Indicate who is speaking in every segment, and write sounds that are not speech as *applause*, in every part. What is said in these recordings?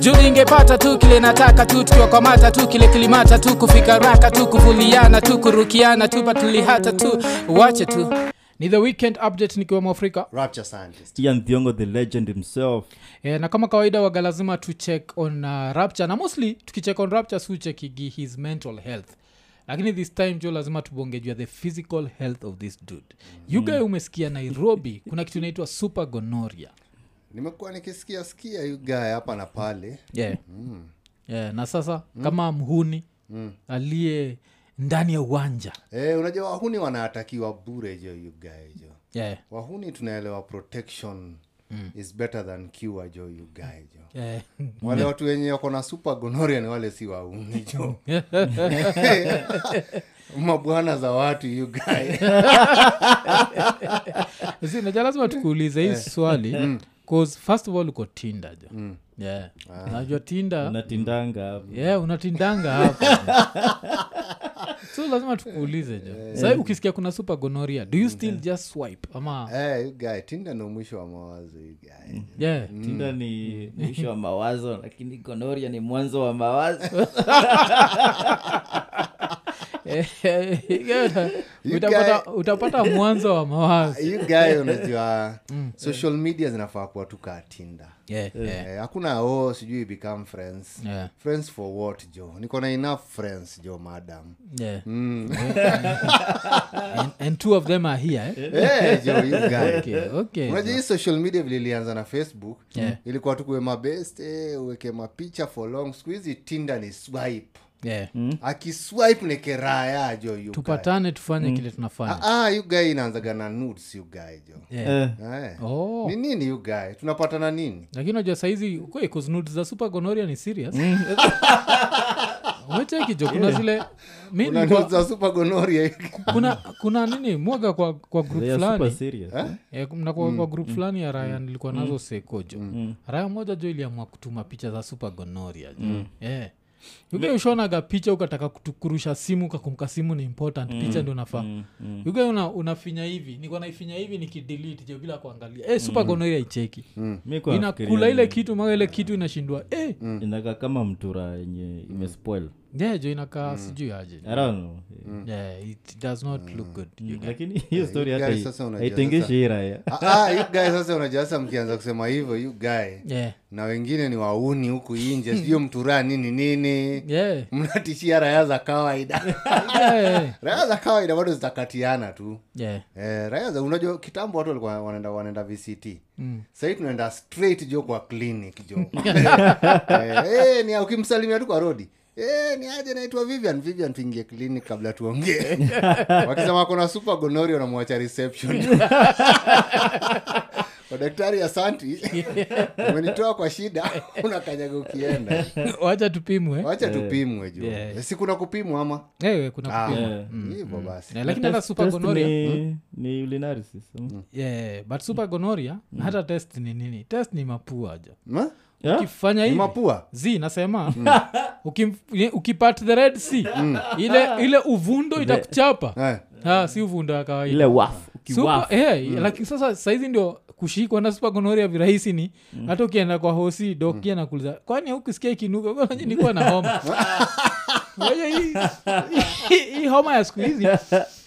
Speaker 1: juu ningepata tu kile nataka tu tukiwakwamata tu kile kilimata tu kufika raka tu kuvuliana tu kurukiana tu patulihata tu wache tu ni the weekend update nikiwa mwafrika
Speaker 2: rapture scientist
Speaker 3: ian thiongo the legend himself
Speaker 1: yeah, E, na kama kawaida waga lazima tucheck on uh, rapture na mostly tukicheck on rapture siuchekigi his mental health lakini this time jo lazima tubongejua the physical health of this dude yugae umesikia nairobi kuna kitu inaitwa super gonoria
Speaker 2: nimekuwa nikisikia sikia you guy hapa na pale
Speaker 1: yeah. yeah, na sasa mm. kama mhuni mm. aliye ndani ya uwanja
Speaker 2: eh, unajua wahuni wanatakiwa bure jo you guy jo
Speaker 1: yeah.
Speaker 2: wahuni tunaelewa protection mm. is better than cure jo you guy jo
Speaker 1: Yeah. *laughs*
Speaker 2: wale watu wenye wako na super gonoria ni wale si wauni jo *laughs* mabwana za watu you guy *laughs*
Speaker 1: Si, najua lazima tukuulize hii *laughs* swali cause first of all uko tinda jo yeah. najua tinda
Speaker 3: unatindanga hapo
Speaker 1: yeah, *laughs* unatindanga hapa so lazima tukuulize jo sahi ukisikia kuna super gonoria do you still just swipe ama
Speaker 2: Eh, you guy tinda ndo mwisho wa mawazo you guy
Speaker 1: *laughs* yeah.
Speaker 3: tinda
Speaker 1: Mm.
Speaker 3: ni mwisho wa mawazo lakini gonoria ni mwanzo
Speaker 1: *laughs*
Speaker 3: wa mawazo
Speaker 2: You
Speaker 1: utapata, utapata mwanzo wa *laughs* mawazo
Speaker 2: you guy unajua social media zinafaa kuwa tu kaa tinda
Speaker 1: yeah, yeah.
Speaker 2: Eh, hakuna o oh, sijui become friends
Speaker 1: Yeah.
Speaker 2: friends for what jo niko na enough friends jo madam
Speaker 1: Yeah. *laughs* and, and two of them are here eh?
Speaker 2: Eh, jo you guy
Speaker 1: okay, okay.
Speaker 2: unajua hii social media vile ilianza na facebook
Speaker 1: Yeah.
Speaker 2: ilikuwa tukuwe mabest eh, uweke mapicha for long siku hizi tinda ni swipe
Speaker 1: Yeah.
Speaker 2: Mm, akiswipe nekeraya jo you guy.
Speaker 1: tupatane tufanye kile tunafanya
Speaker 2: Ah, ah, you guy inaanzaga na nudes you guy jo
Speaker 1: Yeah.
Speaker 2: Eh.
Speaker 1: Oh.
Speaker 2: ni nini you guy tunapatana nini
Speaker 1: lakini unajua saizi kuznud za super gonoria ni serious wecheki jo kuna zile mi
Speaker 2: Kuna
Speaker 1: nilikuwa-
Speaker 2: nudes za super gonorrhea, you guy.
Speaker 1: kuna kuna nini mwaga kwa kwa group
Speaker 3: They are super
Speaker 1: fulani
Speaker 3: serious, eh?
Speaker 1: Eh, na kwa, kwa group fulani ya raya nilikuwa nazo sekojo raya moja jo iliamua kutuma picha za super gonoria jo Eh. yuga ushaonaga picha ukataka kutu- kurusha simu kakumka simu ni important picha ndio nafaa yuga una, unafinya hivi niko naifinya hivi nikidelete jo bila kuangalia eh, super gonoria icheki
Speaker 3: Mi kwa
Speaker 1: inakula
Speaker 3: nafikiria
Speaker 1: ile kitu maga ile kitu inashindwa eh.
Speaker 3: ni- inakaa kama mtura yenye
Speaker 2: Mm.
Speaker 3: imespoil
Speaker 1: yeah, jo inakaa sijui aje
Speaker 3: I don't know.
Speaker 2: Mm.
Speaker 1: yeah, it does not look good You get-
Speaker 3: lakini hiyo story
Speaker 2: Eh, guys
Speaker 3: hata hi-
Speaker 2: sasa unajua sasa.
Speaker 3: haitengeshi hii raya
Speaker 2: Ah, ah, you guy sasa unajua sasa mkianza kusema hivyo you guy
Speaker 1: yeah.
Speaker 2: na wengine ni wauni huku inje sio mturaa nini nini
Speaker 1: Yeah.
Speaker 2: mnatishia raya za kawaida *laughs*
Speaker 1: Yeah. *laughs*
Speaker 2: raya za kawaida bado zitakatiana tu
Speaker 1: Yeah. *laughs*
Speaker 2: eh, raya za unajua kitambo watu walikuwa wanaenda wanaenda vct mm. sahii tunaenda straight jo kwa clinic jo
Speaker 1: *laughs*
Speaker 2: eh, eh, ni ukimsalimia tu kwa rodi Eh, ni aje naitwa vivian vivian tuingie clinic kabla
Speaker 1: *laughs*
Speaker 2: tuongee wakisema kuna super gonori
Speaker 1: *laughs*
Speaker 2: wanamwacha reception
Speaker 1: *laughs*
Speaker 2: wadaktari asanti umenitoa kwa shida unakanyaga ukienda
Speaker 1: wacha tupimwe
Speaker 2: wacha tupimwe jo
Speaker 1: Eh, Yeah.
Speaker 2: si kuna kupimwa ama
Speaker 1: Ewe, kuna
Speaker 2: Ah,
Speaker 1: kupimwa.
Speaker 2: hivyo basi
Speaker 1: Eh, lakini hata
Speaker 3: Test-
Speaker 1: super
Speaker 3: test
Speaker 1: gonoria
Speaker 3: ni-
Speaker 2: Mm.
Speaker 3: ni urinary system.
Speaker 1: yeah, but super gonoria hata test ni nini test ni mapua ja
Speaker 2: Ma?
Speaker 3: Yeah?
Speaker 1: ukifanya
Speaker 2: ni
Speaker 1: hivi
Speaker 2: mapua
Speaker 1: z nasema *laughs* ukim- ukipat the red sea ile ile uvundo itakuchapa
Speaker 2: eh.
Speaker 1: ah, si uvundo ya
Speaker 3: ile
Speaker 1: kawaida
Speaker 3: waf
Speaker 1: Super-
Speaker 3: ukiwaf
Speaker 1: eh, lakini sasa saizi ndio kushikwa na super gonoria virahisi ni hata ukienda kwa hosi doki anakuliza kwani hukusikia ikinuka Kwa nini nilikuwa na homa Wewe hii- hii- hii homa ya siku hizi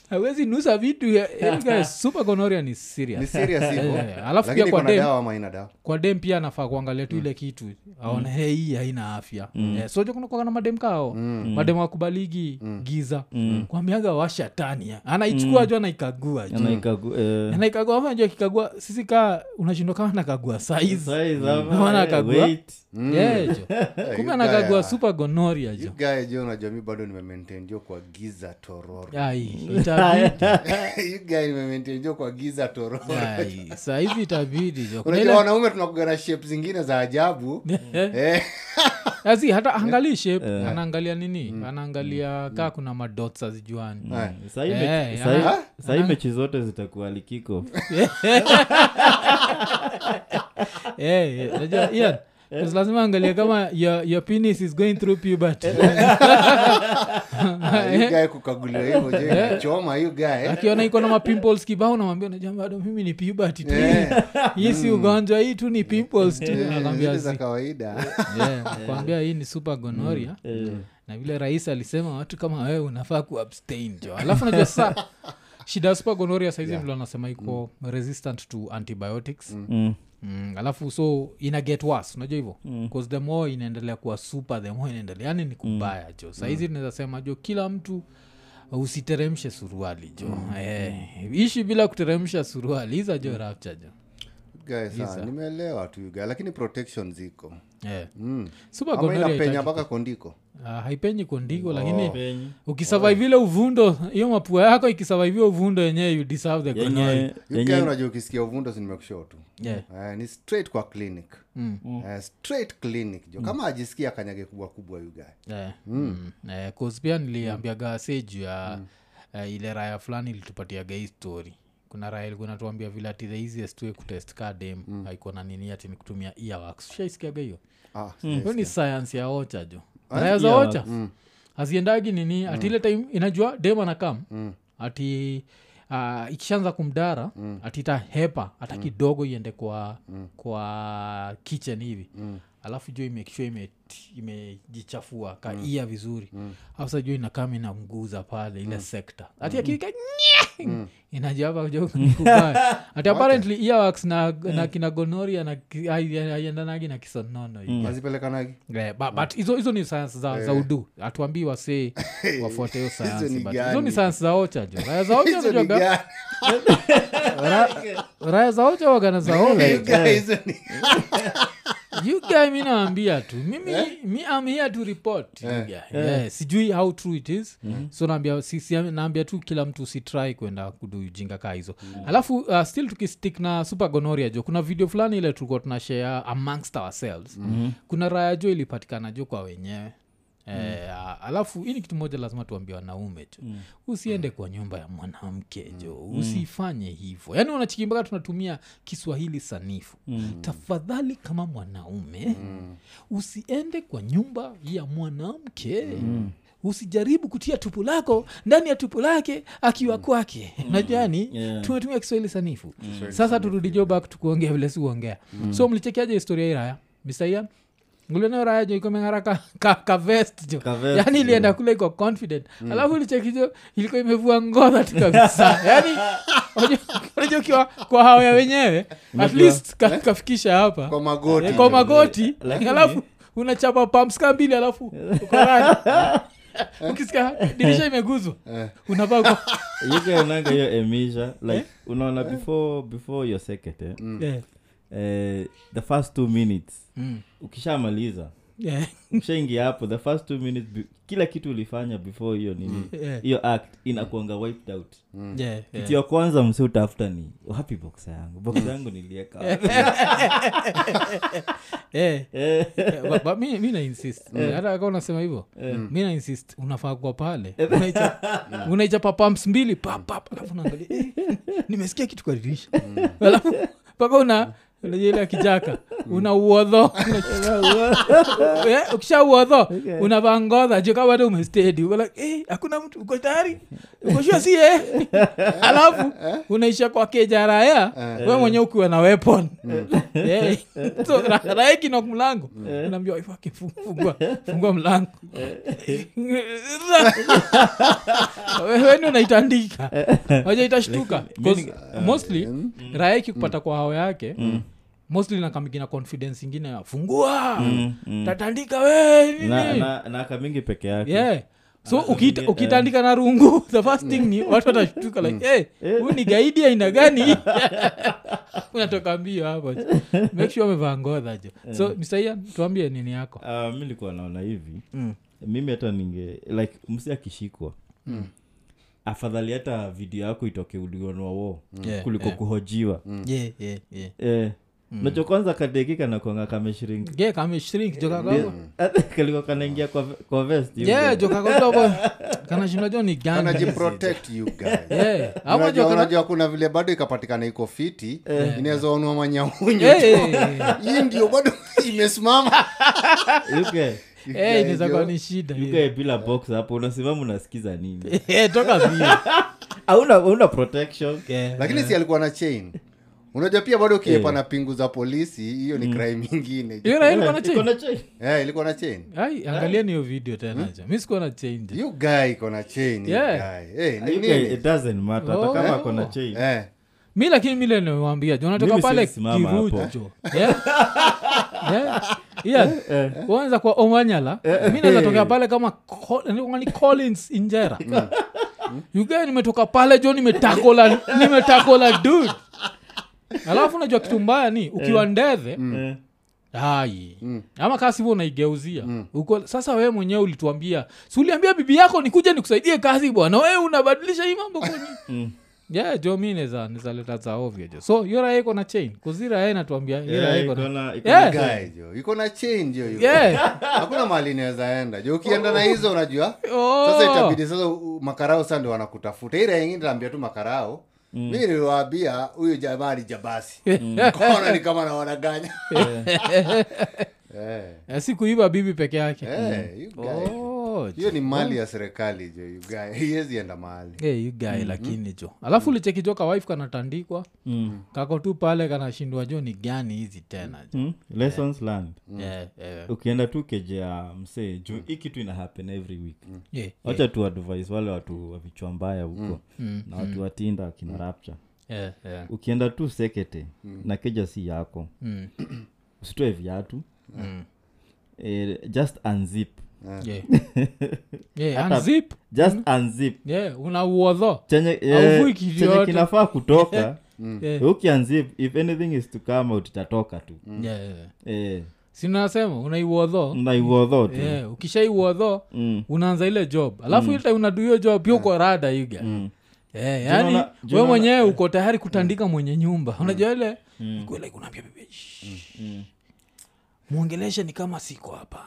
Speaker 1: hawezi nusa vitu ya- yani guys, super gonoria ni
Speaker 2: ni
Speaker 1: serious *laughs*
Speaker 2: serious hivyo.
Speaker 1: Yeah, yeah. Alafu
Speaker 2: Lakini
Speaker 1: pia kwa
Speaker 2: kuna
Speaker 1: dem-
Speaker 2: dawa ama ina dawa
Speaker 1: kwa dem pia anafaa kuangalia tu ile kitu aona hey, hii haina afya Eh, yeah, sojo kunakuagana madem kao madem wakubaligi giza kwambiaga washatania anaichukua jo anaikagua ju
Speaker 3: Anaikagu- eh,
Speaker 1: anaikagua afu anajua akikagua sisi kaa unashindwa kama nakagua saizi
Speaker 2: Mm.
Speaker 3: size ama,
Speaker 1: Naona
Speaker 3: eh,
Speaker 1: akagua.
Speaker 3: weight.
Speaker 1: Yeah,
Speaker 2: *laughs*
Speaker 1: jo.
Speaker 2: you guy
Speaker 1: kumbe anakagua
Speaker 2: are-
Speaker 1: super gonoria jo
Speaker 2: gae jo najua mi bado nimemaintendio kwa giza tororo *laughs*
Speaker 1: Ai, itabidi.
Speaker 2: You guy nimemaintendio kwa giza tororo
Speaker 1: Ai, sahizi itabidi jo Kuna
Speaker 2: unajua
Speaker 1: ile-
Speaker 2: wanaume tunakuga na shape zingine za ajabu
Speaker 1: *laughs*
Speaker 2: Eh,
Speaker 1: Yazi, hata angalii shape anaangalia nini
Speaker 2: Mm.
Speaker 1: anaangalia kaa kuna madots azijuani *laughs*
Speaker 2: eh.
Speaker 3: Sahi
Speaker 1: Eh,
Speaker 3: mechi-
Speaker 1: ya-
Speaker 3: sahi-
Speaker 2: Ha?
Speaker 3: sahi mechi zote zitakuwa likiko
Speaker 1: Eh, eh, najua, Ian, Because lazima angalia kama your, your penis is going through
Speaker 2: *laughs*
Speaker 1: puberty *laughs* Eh?
Speaker 2: gae Ah, kukaguliwa hivo je
Speaker 1: Eh.
Speaker 2: inachoma hiyo gae
Speaker 1: akiona iko na mapimples kibao namwambia unajua bado mimi ni puberty tu *laughs* hii si ugonjwa hii tu ni pimples tu anakwambia
Speaker 2: Eh, za kawaida
Speaker 1: Eh,
Speaker 2: *laughs*
Speaker 1: kwambia hii ni super gonoria
Speaker 2: Mm.
Speaker 1: na vile rais alisema watu kama wewe unafaa kuabstain jo alafu najua
Speaker 2: *laughs*
Speaker 1: sa shida ya super gonoria saizi vile wanasema iko
Speaker 2: Mm.
Speaker 1: resistant to antibiotics
Speaker 3: Mm.
Speaker 1: Mm, alafu so ina get worse unajua hivyo mm. the more inaendelea kuwa super the more inaendelea yani ni kubaya jo sahizi tunaweza sema jo kila mtu uh, usiteremshe suruali jo
Speaker 2: Mm.
Speaker 1: eh, ishi bila kuteremsha suruali hiza jo rapture jo
Speaker 2: gae saa nimeelewa tu hiyo gae lakini protection ziko
Speaker 1: eh.
Speaker 2: mm.
Speaker 1: super
Speaker 2: ama
Speaker 1: gonorrhea
Speaker 2: inapenya
Speaker 1: haitaki-
Speaker 2: mpaka kondiko
Speaker 1: ah, haipenyi kondiko lakini ukisurvive ile uvundo hiyo mapua yako ikisurvive uvundo yenyewe you deserve the gonorrhea
Speaker 3: yenye
Speaker 2: hiyo gae unajua ukisikia uvundo sinimekushow tu
Speaker 1: yeah.
Speaker 2: Eh, ni straight kwa clinic
Speaker 1: Mm.
Speaker 2: Eh, straight clinic jo kama ajisikia kanyage kubwa kubwa hiyo gae
Speaker 1: Eh, mm. Eh, 'cause pia niliambiaga wase juu ya eh, ile raya fulani ilitupatiaga hii story kuna raya ilikuwa natuambia vile ati the easiest way kutest ka dem haikuwa na nini ati ni kutumia earwax ushaisikiaga hiyo
Speaker 2: ah,
Speaker 1: hiyo ni science ya ocha jo raya za ocha haziendagi nini ati ile time inajua dem anakam ati uh, ikishaanza kumdara ati itahepa hata kidogo iende kwa kwa kitchen hivi alafu juu imekishua imejichafua ime imejichafua ka ia vizuri hasa juu inakam inamguza pale ile sekta ati akiwika inajiapa jokubaya ati apparently earwax na, na kina gonoria na ki- ai- aiendanagi na kisonono hivi
Speaker 2: azipelekanagi
Speaker 1: Yeah, but,
Speaker 2: Mm.
Speaker 1: but hizo hizo ni sayansi za, za udu hatuambii
Speaker 2: *laughs*
Speaker 1: wasee wafuate hiyo sayansi
Speaker 2: Eh. ni
Speaker 1: but
Speaker 2: gani?
Speaker 1: hizo ni sayansi za ocha jo raya za ocha
Speaker 2: hizo ni
Speaker 1: unajuaga-
Speaker 2: gae
Speaker 1: ra- raya za ocha wagana za ola
Speaker 2: *laughs* Hiyo gae hizo ni
Speaker 1: Eh. you guy mi naambia tu mimi
Speaker 2: Eh?
Speaker 1: mi am here to report you guy. Yeah, sijui how true it is
Speaker 2: Mm-hmm.
Speaker 1: so naambia, si, si, naambia tu kila mtu usitrai kwenda kudujinga kaa hizo
Speaker 2: Mm.
Speaker 1: alafu uh, still tukistick na super gonoria jo kuna video fulani ile tulikuwa tunashare amongst ourselves
Speaker 2: Mm-hmm.
Speaker 1: kuna raya jo ilipatikana jo kwa wenyewe Eh, a- alafu hii ni kitu moja lazima tuambie wanaume jo usiende kwa nyumba ya mwanamke jo usifanye hivyo yaani wanachikimbaka tunatumia kiswahili sanifu tafadhali kama mwanaume usiende kwa nyumba ya mwanamke usijaribu kutia tupu lako ndani ya tupu lake akiwa kwake yaani najani
Speaker 3: Yeah.
Speaker 1: tumetumia kiswahili sanifu sasa turudi jo back tukuongea vile sikuongea so mlichekiaje historia hii raya Mr. Ian? ulioneo raya jo ikomeng'ara ka, ka, ka vest jo
Speaker 3: Ka vest,
Speaker 1: yani ilienda kule iko confident alafu ulichekijo ilikuwa imevua ngodha tu kabisa yani unajua ukiwa kwa hao ya wenyewe at least ka, kafikisha hapa
Speaker 2: kwa magoti
Speaker 1: Eh, kwa magoti
Speaker 3: Lakini-
Speaker 1: alafu unachapa pamska mbili alafu uko rani. ukisikia dirisha imeguzwa unavaa kwa-
Speaker 3: yugaenanga hiyo
Speaker 1: *laughs*
Speaker 3: emisha like unaona before before your second eh,
Speaker 1: Eh,
Speaker 3: eh, the first two minutes
Speaker 1: mm,
Speaker 3: ukishamaliza
Speaker 1: eh,
Speaker 3: ukishaingia hapo the first two minutes be- kila kitu ulifanya before hiyo nini
Speaker 1: eh,
Speaker 3: hiyo act inakuanga wiped out
Speaker 1: eh, eh.
Speaker 3: kitu ya kwanza msi utafuta ni happy box yangu box
Speaker 1: Mm.
Speaker 3: yangu
Speaker 1: *laughs*
Speaker 3: nilieka wapi?"
Speaker 1: Eh. *laughs* Eh, but- but mi mi na insist hata kama unasema hivyo mi na insist unafaa kuwa pale Unaicha- unaichapa pumps mbili pap, pap, alafu unaangalia eh, nimesikia kitu kwa dirisha alafu mpaka una unajua ile ya kijaka una uodho Eh, ukisha uodho unavaa ngodha juu kama bado umestedi uko like, eh, hakuna mtu uko tayari ukoshua si eh? alafu unaisha kwa kejaraya we mwenye ukiwa na weapon *laughs* Eh, so ra- raya ikinoka mlango unaambia wife wake, "Fu- fungua fungua mlango *laughs* weni unaitandika waja itashtuka 'Cause mostly
Speaker 2: eh,
Speaker 1: raya ikikupata kwa hao yake mostly nakamigina confidence ingine ya, fungua
Speaker 3: Mm.
Speaker 1: tatandika we nini?"
Speaker 3: na, na, na kamingi peke yake
Speaker 1: yeah so
Speaker 3: Alafu eh.
Speaker 1: ukita-
Speaker 3: ingine-
Speaker 1: ukitandika na rungu *laughs* the first thing ni watu watashtuka like hey,
Speaker 3: Mm.
Speaker 1: huu ni gaidi aina gani *laughs* unatoka mbio hapo make sure amevaa ngodha jo so
Speaker 3: Eh.
Speaker 1: msaia tuambie nini yako
Speaker 3: Ah, mi likuwa naona hivi mimi hata ninge like msi akishikwa
Speaker 1: Mm.
Speaker 3: afadhali hata video yako itoke ulionwa wo
Speaker 1: Mm. Yeah,
Speaker 3: kuliko
Speaker 1: yeah. Mm.
Speaker 3: kuhojiwa
Speaker 1: yeah, yeah, yeah.
Speaker 3: eh. nacho kwanza kadekika nakwanga kameshrink
Speaker 1: ge kame shrink joka kwako
Speaker 3: Eh, *laughs* kaliko kanaingia kwa, kwa vest hivi. *laughs*
Speaker 1: yeah joka kwako hapo kanashinda jo ni ganga
Speaker 2: wanajiprotect
Speaker 1: *laughs*
Speaker 2: you guys
Speaker 1: Eh, hapo
Speaker 2: Unajua-
Speaker 1: jo kana-
Speaker 2: unajua kuna vile bado ikapatikana iko fiti inaweza onwa manyaunyu
Speaker 1: Eh,
Speaker 2: *laughs* hii ndio bado imesimama
Speaker 3: Yuke-
Speaker 1: *laughs* eh, eh, inaweza kuwa ni shida hiyo.
Speaker 3: yuke bila box hapo unasimama unasikiza nini
Speaker 1: Eh, toka
Speaker 3: *laughs*
Speaker 1: vile.
Speaker 3: hauna hauna protection
Speaker 2: lakini si alikuwa na chain unajua pia bado
Speaker 1: Eh.
Speaker 2: ukiepa na pingu za polisi hiyo
Speaker 1: Mm.
Speaker 2: ni crime ingine
Speaker 1: Hiyo na hiyo ilikuwa na
Speaker 3: Iko
Speaker 1: change.
Speaker 3: na chain.
Speaker 2: Eh, ilikuwa na chain
Speaker 1: Ai,
Speaker 3: Eh?
Speaker 1: angalia niyo video
Speaker 3: Hmm?
Speaker 1: tena jo. mi sikuwa na change
Speaker 2: you guy iko na chain you
Speaker 1: Yeah.
Speaker 2: guy. Eh, ni
Speaker 3: Yuke,
Speaker 2: nini?
Speaker 3: it doesn't matter hata
Speaker 1: Oh,
Speaker 3: kama
Speaker 1: eh,
Speaker 3: ako na chain
Speaker 2: Eh,
Speaker 1: mi lakini mile nimewambia jo natoka
Speaker 3: Mimi
Speaker 1: pale Eh?
Speaker 3: sisimama hapo. Eh,
Speaker 1: kirujo *laughs* Yeah? Yeah? Yeah. Waanza Eh? kwa omanyala mi naweza tokea pale kama Col- ni collins injera
Speaker 3: Hmm.
Speaker 1: ugae nimetoka pale jo nimetakola nimetakola dud alafu najua kitu mbaya ni ukiwa ndethe
Speaker 3: Eh.
Speaker 1: ai ama kaa sivyo unaigeuzia Uko, sasa wewe mwenyewe ulituambia si uliambia bibi yako nikuje nikusaidie kazi bwana wewe unabadilisha hii mambo kwenye yeah, jo mi neza leta za ovyo jo so yora iko na chain kuzira yeye natuambia
Speaker 3: Yeah,
Speaker 1: yora iko
Speaker 3: iko
Speaker 1: na
Speaker 3: na- iko
Speaker 1: Yeah.
Speaker 3: na-
Speaker 2: guy jo iko na chain jo you guy.
Speaker 1: yeah.
Speaker 2: *laughs* hakuna mahali inaweza enda jo ukienda na hizo unajua
Speaker 1: oh.
Speaker 2: sasa itabidi sasa u- u- makarao sasa ndio wanakutafuta ira ingine taambia tu makarao
Speaker 1: Mm.
Speaker 2: mi niliwaambia huyu jamaa ni
Speaker 1: *laughs*
Speaker 2: jabasi *laughs* kona ni kama nawanaganya Eh,
Speaker 1: Eh, si kuiba bibi peke yake
Speaker 2: eh, you guy.
Speaker 1: Mm. Oh, jo.
Speaker 2: hiyo ni mali ya serikali jo you guy. *laughs* Haiwezi enda mahali
Speaker 1: Eh, you guy lakini jo alafu ulicheki jo kawife kanatandikwa
Speaker 3: Mm.
Speaker 1: kako tu pale kanashindwa jo ni gani hizi tena jo
Speaker 3: Mm. lessons learned
Speaker 1: Eh, eh,
Speaker 3: ukienda tu kejea msee juu hii kitu ina happen every week
Speaker 1: eh,
Speaker 3: wacha tu advise wale watu wa vichwa mbaya huko
Speaker 1: Mm.
Speaker 3: na watu watinda wakina rapture
Speaker 1: eh, eh.
Speaker 3: *laughs* ukienda tu sekete na keja si yako
Speaker 1: Mm.
Speaker 3: *clears throat* usitoe viatu
Speaker 1: Mm.
Speaker 3: eh, just unzip
Speaker 1: Yeah. Yeah, unzip.
Speaker 3: just unzip
Speaker 1: Yeah, una uodho
Speaker 3: chenye,
Speaker 1: Mm. Hauvui
Speaker 3: eh,
Speaker 1: kitu
Speaker 3: chenye
Speaker 1: yoyote.
Speaker 3: kinafaa kutoka
Speaker 1: *laughs* Yeah,
Speaker 3: ukianzip if anything is to come out itatoka tu
Speaker 1: yeah, yeah.
Speaker 3: eh,
Speaker 1: sinasema unaiuodho
Speaker 3: naiuodho tu
Speaker 1: yeah, ukishaiuodho
Speaker 3: Mm.
Speaker 1: unaanza ile job alafu ile time unadu hiyo job pia uko rada iga
Speaker 3: Mm.
Speaker 1: yeah,
Speaker 3: Jina
Speaker 1: yani
Speaker 3: la- jina
Speaker 1: yaani we
Speaker 3: la-
Speaker 1: mwenyewe uko tayari kutandika
Speaker 3: Mm.
Speaker 1: mwenye nyumba unajua ile uko like unaambia bibi "Shh,
Speaker 3: Mm.
Speaker 1: mwongeleshe ni kama siko hapa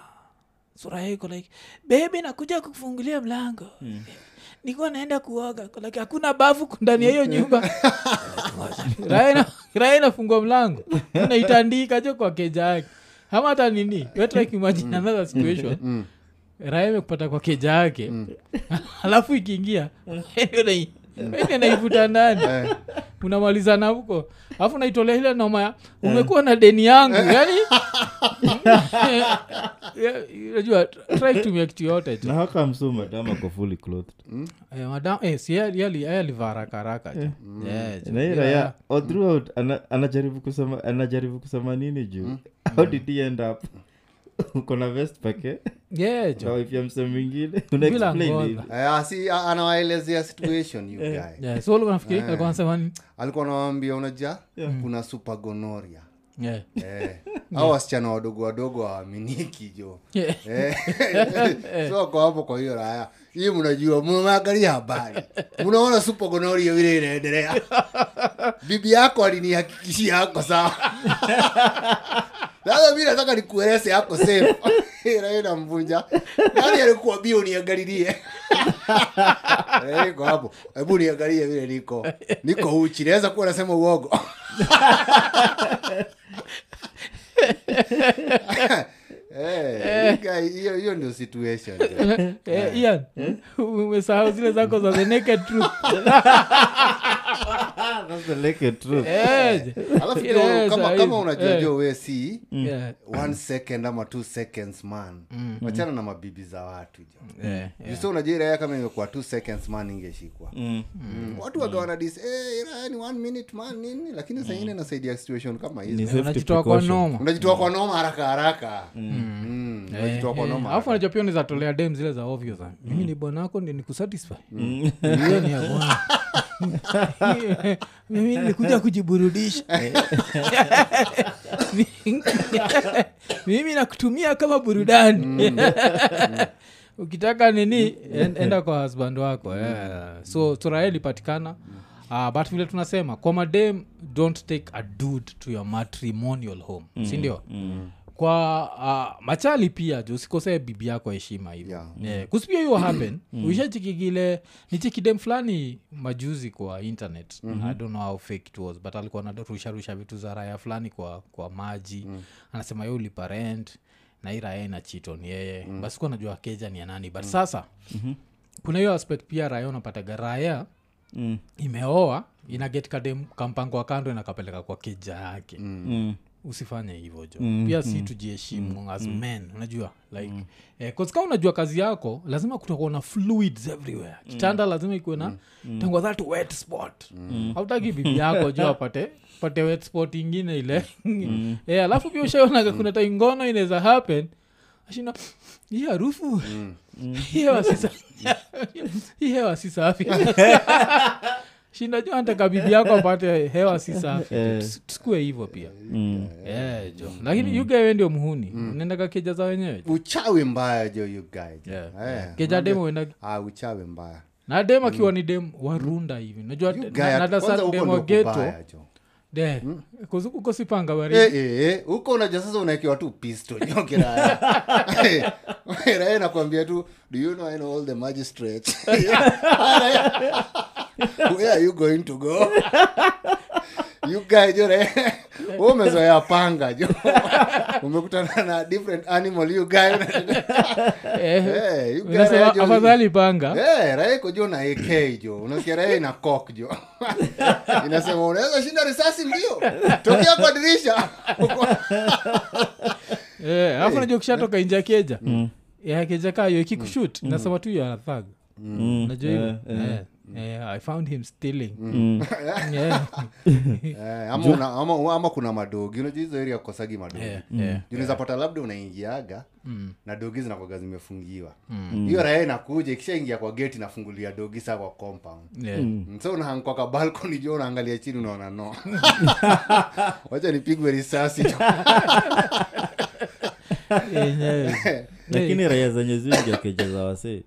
Speaker 1: sura yake iko like bebi nakuja kufungulia mlango
Speaker 3: Mm.
Speaker 1: nikuwa naenda kuoga Iko like hakuna bafu ndani ya hiyo
Speaker 3: Mm.
Speaker 1: nyumba
Speaker 3: *laughs*
Speaker 1: raha inafungua mlango unaitandika jo kwa keja yake ama hata nini wetrakimaji another situation raha imekupata kwa keja yake alafu ikiingia ndio nai- ndio naivuta ndani
Speaker 2: Eh.
Speaker 1: unamalizana huko alafu naitolea ile noma ya umekuwa na deni yangu Yaani, yani Eh, *laughs* unajua try kutumia kitu yote tu
Speaker 3: na haka msu madama ko fully clothed
Speaker 1: Eh, madam eh, si yeye- yeye ali- yeye alivarakakaraka tu. Eh, tu.
Speaker 3: Mm. na hii raya all throughout Oh, ana- anajaribu kusema anajaribu kusema nini juu
Speaker 1: Hmm.
Speaker 3: *laughs* how did he end up *laughs* uko na vest pake
Speaker 1: *laughs* Yeah, tu.
Speaker 3: na wife ya mse mwingine
Speaker 1: Bila ngoza.
Speaker 3: unaexplain
Speaker 2: Eh, asi- a- anawaelezea situation you guy.
Speaker 1: Yeah, so nafikiri alikuwa anasema ni-
Speaker 2: alikuwa nawambia unaja kuna supergonoria
Speaker 1: yeah.
Speaker 2: eh, au wasichana wadogo wadogo hawaminiki jo
Speaker 1: Yeah.
Speaker 2: Eh, so wako hapo kwa hiyo raya hii mnajua mnaangalia habari mnaona supergonoria vile inaendelea bibi yako alinihakikishia yako sawa sasa mi nataka nikueleze yako safe *laughs* raia namvunja nani alikuambia uniangalilie *laughs* Eh, niko hapo hebu niangalie vile niko niko uchi naweza kuwa nasema uogo *laughs* Eh, guy, hiyo hiyo ndio situation
Speaker 1: Eh, Ian, umesahau zile zako za the naked truth.
Speaker 2: *laughs*
Speaker 3: Ah,
Speaker 1: Eh, je.
Speaker 2: alafu
Speaker 1: Ile
Speaker 2: ndio
Speaker 1: saa
Speaker 2: kama,
Speaker 1: hizi.
Speaker 2: kama unajua
Speaker 1: Eh,
Speaker 2: jo we si
Speaker 1: yeah.
Speaker 2: one second ama two seconds man wachana na mabibi za watu jo
Speaker 1: Eh,
Speaker 2: Mm. yeah. so unajua iraya kama ingekuwa two seconds man ingeshikwa mm. watu wagawana dis hey, iraya ni one minute man nini lakini mm. saingine nasaidia situation kama hizi
Speaker 1: unajitoa kwa noma
Speaker 2: unajitoa kwa noma haraka haraka Mm, unajitoa kwa noma
Speaker 1: Eh, alafu
Speaker 2: haraka.
Speaker 1: najua pia nizatolea dem zile za ovyo za mimi ni bwana wako ndi nikusatisfy
Speaker 2: Mm.
Speaker 1: hiyo ni ya bwana *laughs* mimi nilikuja kujiburudisha
Speaker 2: *laughs*
Speaker 1: *laughs* mimi nakutumia kama burudani *laughs* ukitaka nini en- enda kwa husband wako yeah. so suraha ilipatikana Uh, but vile tunasema kwa madem don't take a dude to your matrimonial home sindio kwa uh, machali pia jo usikosee bibi yako heshima hivo
Speaker 2: Yeah.
Speaker 1: yeah. kusipia Eh, *clears throat* hiyo happen uishachikigile nichikidem fulani majuzi kwa internet mm-hmm. i don't know how fake it was but alikuwa anarusharusha vitu za raya fulani kwa, kwa maji mm. anasema ye ulipa rent na hii raya ina chiton yeye mm. basi kuwa najua keja ni ya nani but mm. sasa mm-hmm. kuna hiyo aspect pia raya unapataga raya
Speaker 3: Mm.
Speaker 1: imeoa inaget kadem kampango wa kando inakapeleka kwa keja yake mm
Speaker 3: Mm.
Speaker 1: usifanye hivyo jo mm, pia si tujiheshimu as men unajua like mm. eh, 'cause kama unajua kazi yako lazima kutakuwa na fluids everywhere kitanda lazima ikuwe na mm. tangwa that wet spot mm. hautaki bibi yako jo apate pate wet spot ingine ile mm. *laughs* eh, alafu pia ushaonaga kuna taingono inaweza happen ashinda hii harufu *laughs* hii hewa si sa- *laughs* hii hewa si safi shindajua nataka bibi yako apate hewa si safi Tus- tusikue hivyo pia
Speaker 3: Mm.
Speaker 1: Eh, jo lakini mm. yugawe ndio mhuni unaendaga keja za wenyewe jo.
Speaker 2: uchawi mbaya jo you guys.
Speaker 1: Yeah.
Speaker 2: Eh,
Speaker 1: keja dem uendaga
Speaker 2: ah, uchawi mbaya
Speaker 1: na dem akiwa ni dem warunda hivi najua
Speaker 2: You guys,
Speaker 1: nadasa
Speaker 2: kwanza huko
Speaker 1: dem
Speaker 2: ndio
Speaker 1: wa geto
Speaker 2: kubaya jo.
Speaker 1: de kuzi- uko sipanga bari
Speaker 2: Eh, eh, eh, huko unajua sasa unaekiwa tu pisto
Speaker 1: *laughs*
Speaker 2: nyokiraya raya nakwambia tu do you know I know all the
Speaker 1: *laughs*
Speaker 2: magistrates *laughs* Raya, where are you going to go *laughs* you guy jo raya wewe umezoea panga jo *laughs* umekutana na different animal you guy
Speaker 1: Eh,
Speaker 2: Eh, you guy,
Speaker 1: unasema
Speaker 2: raya jo-
Speaker 1: afadhali panga
Speaker 2: Eh, raha iko jo na ak jo unasikia raha ina kok jo *laughs* inasema unaweza shinda risasi ndio tokea kwa dirisha *laughs*
Speaker 1: Eh, alafu najua kishatoka inja ya keja
Speaker 2: Mm.
Speaker 1: ya keja kayo ikikushut nasema tu you are a thug
Speaker 3: Mm.
Speaker 1: najua
Speaker 3: Eh,
Speaker 1: hivyo Eh, eh, i found him stealing
Speaker 3: Mm.
Speaker 2: *laughs*
Speaker 1: Yeah.
Speaker 2: Eh, ama, una, ama, ama kuna madogi unajua hizo area kukosagi madogi
Speaker 1: Eh, Mm. eh.
Speaker 2: unaweza pata labda unaingiaga na dogi zinakwaga zimefungiwa
Speaker 1: Mm.
Speaker 2: hiyo raha inakuja ikishaingia kwa geti inafungulia dogi saa kwa compound
Speaker 1: Yeah.
Speaker 2: Mm, so unahang kwa kabalkoni jo unaangalia chini
Speaker 1: *laughs*
Speaker 2: unaona no wacha nipigwe risasi Eh, jo.
Speaker 1: Yenyewe.
Speaker 3: lakini raia zenye ziingia keja za wasee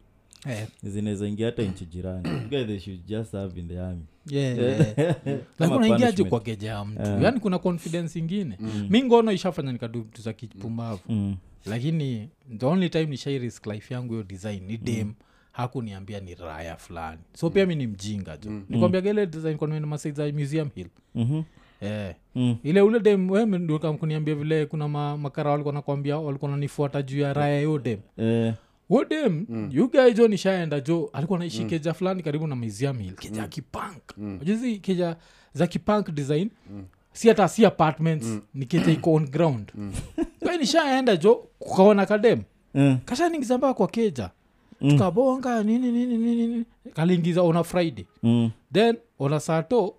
Speaker 1: Eh,
Speaker 3: zinaweza ingia hata nchi jirani
Speaker 1: *coughs*
Speaker 3: You guys, they should just serve in the army.
Speaker 1: yeah,
Speaker 3: *laughs*
Speaker 1: yeah.
Speaker 3: Kama
Speaker 1: lakini unaingiaje
Speaker 3: punishment. Eh.
Speaker 1: kwa geja ya mtu yaani kuna confidence ingine mi ngono ishafanya nikadu vitu za kipumbavu
Speaker 3: Mm.
Speaker 1: lakini the only time nishairisk life yangu hiyo design
Speaker 3: Mm.
Speaker 1: ni dem hakuniambia ni raya fulani so pia mi ni mjinga
Speaker 3: Mm.
Speaker 1: jo nikwambia gele design kwa nini Maasai za museum hill
Speaker 3: Mhm.
Speaker 1: eh
Speaker 3: Mm.
Speaker 1: ile ule dem wewe ndio kama kuniambia vile kuna ma, makara walikuwa nakwambia walikuwa nanifuata juu ya raya hiyo dem
Speaker 3: Eh,
Speaker 1: wodem mm. jo nishaenda jo alikuwa naishi keja fulani karibu na museum hill keja ya kipank juzi keja za kipank design si hata si apartments ni keja iko on ground *laughs* Kwa nishaenda jo kukaona kadem
Speaker 3: eh,
Speaker 1: kashaningiza mpaka kwa keja
Speaker 3: Mm.
Speaker 1: tukabonga nini nini nini nini. kaliingiza ona friday
Speaker 3: mm,
Speaker 1: then ona sato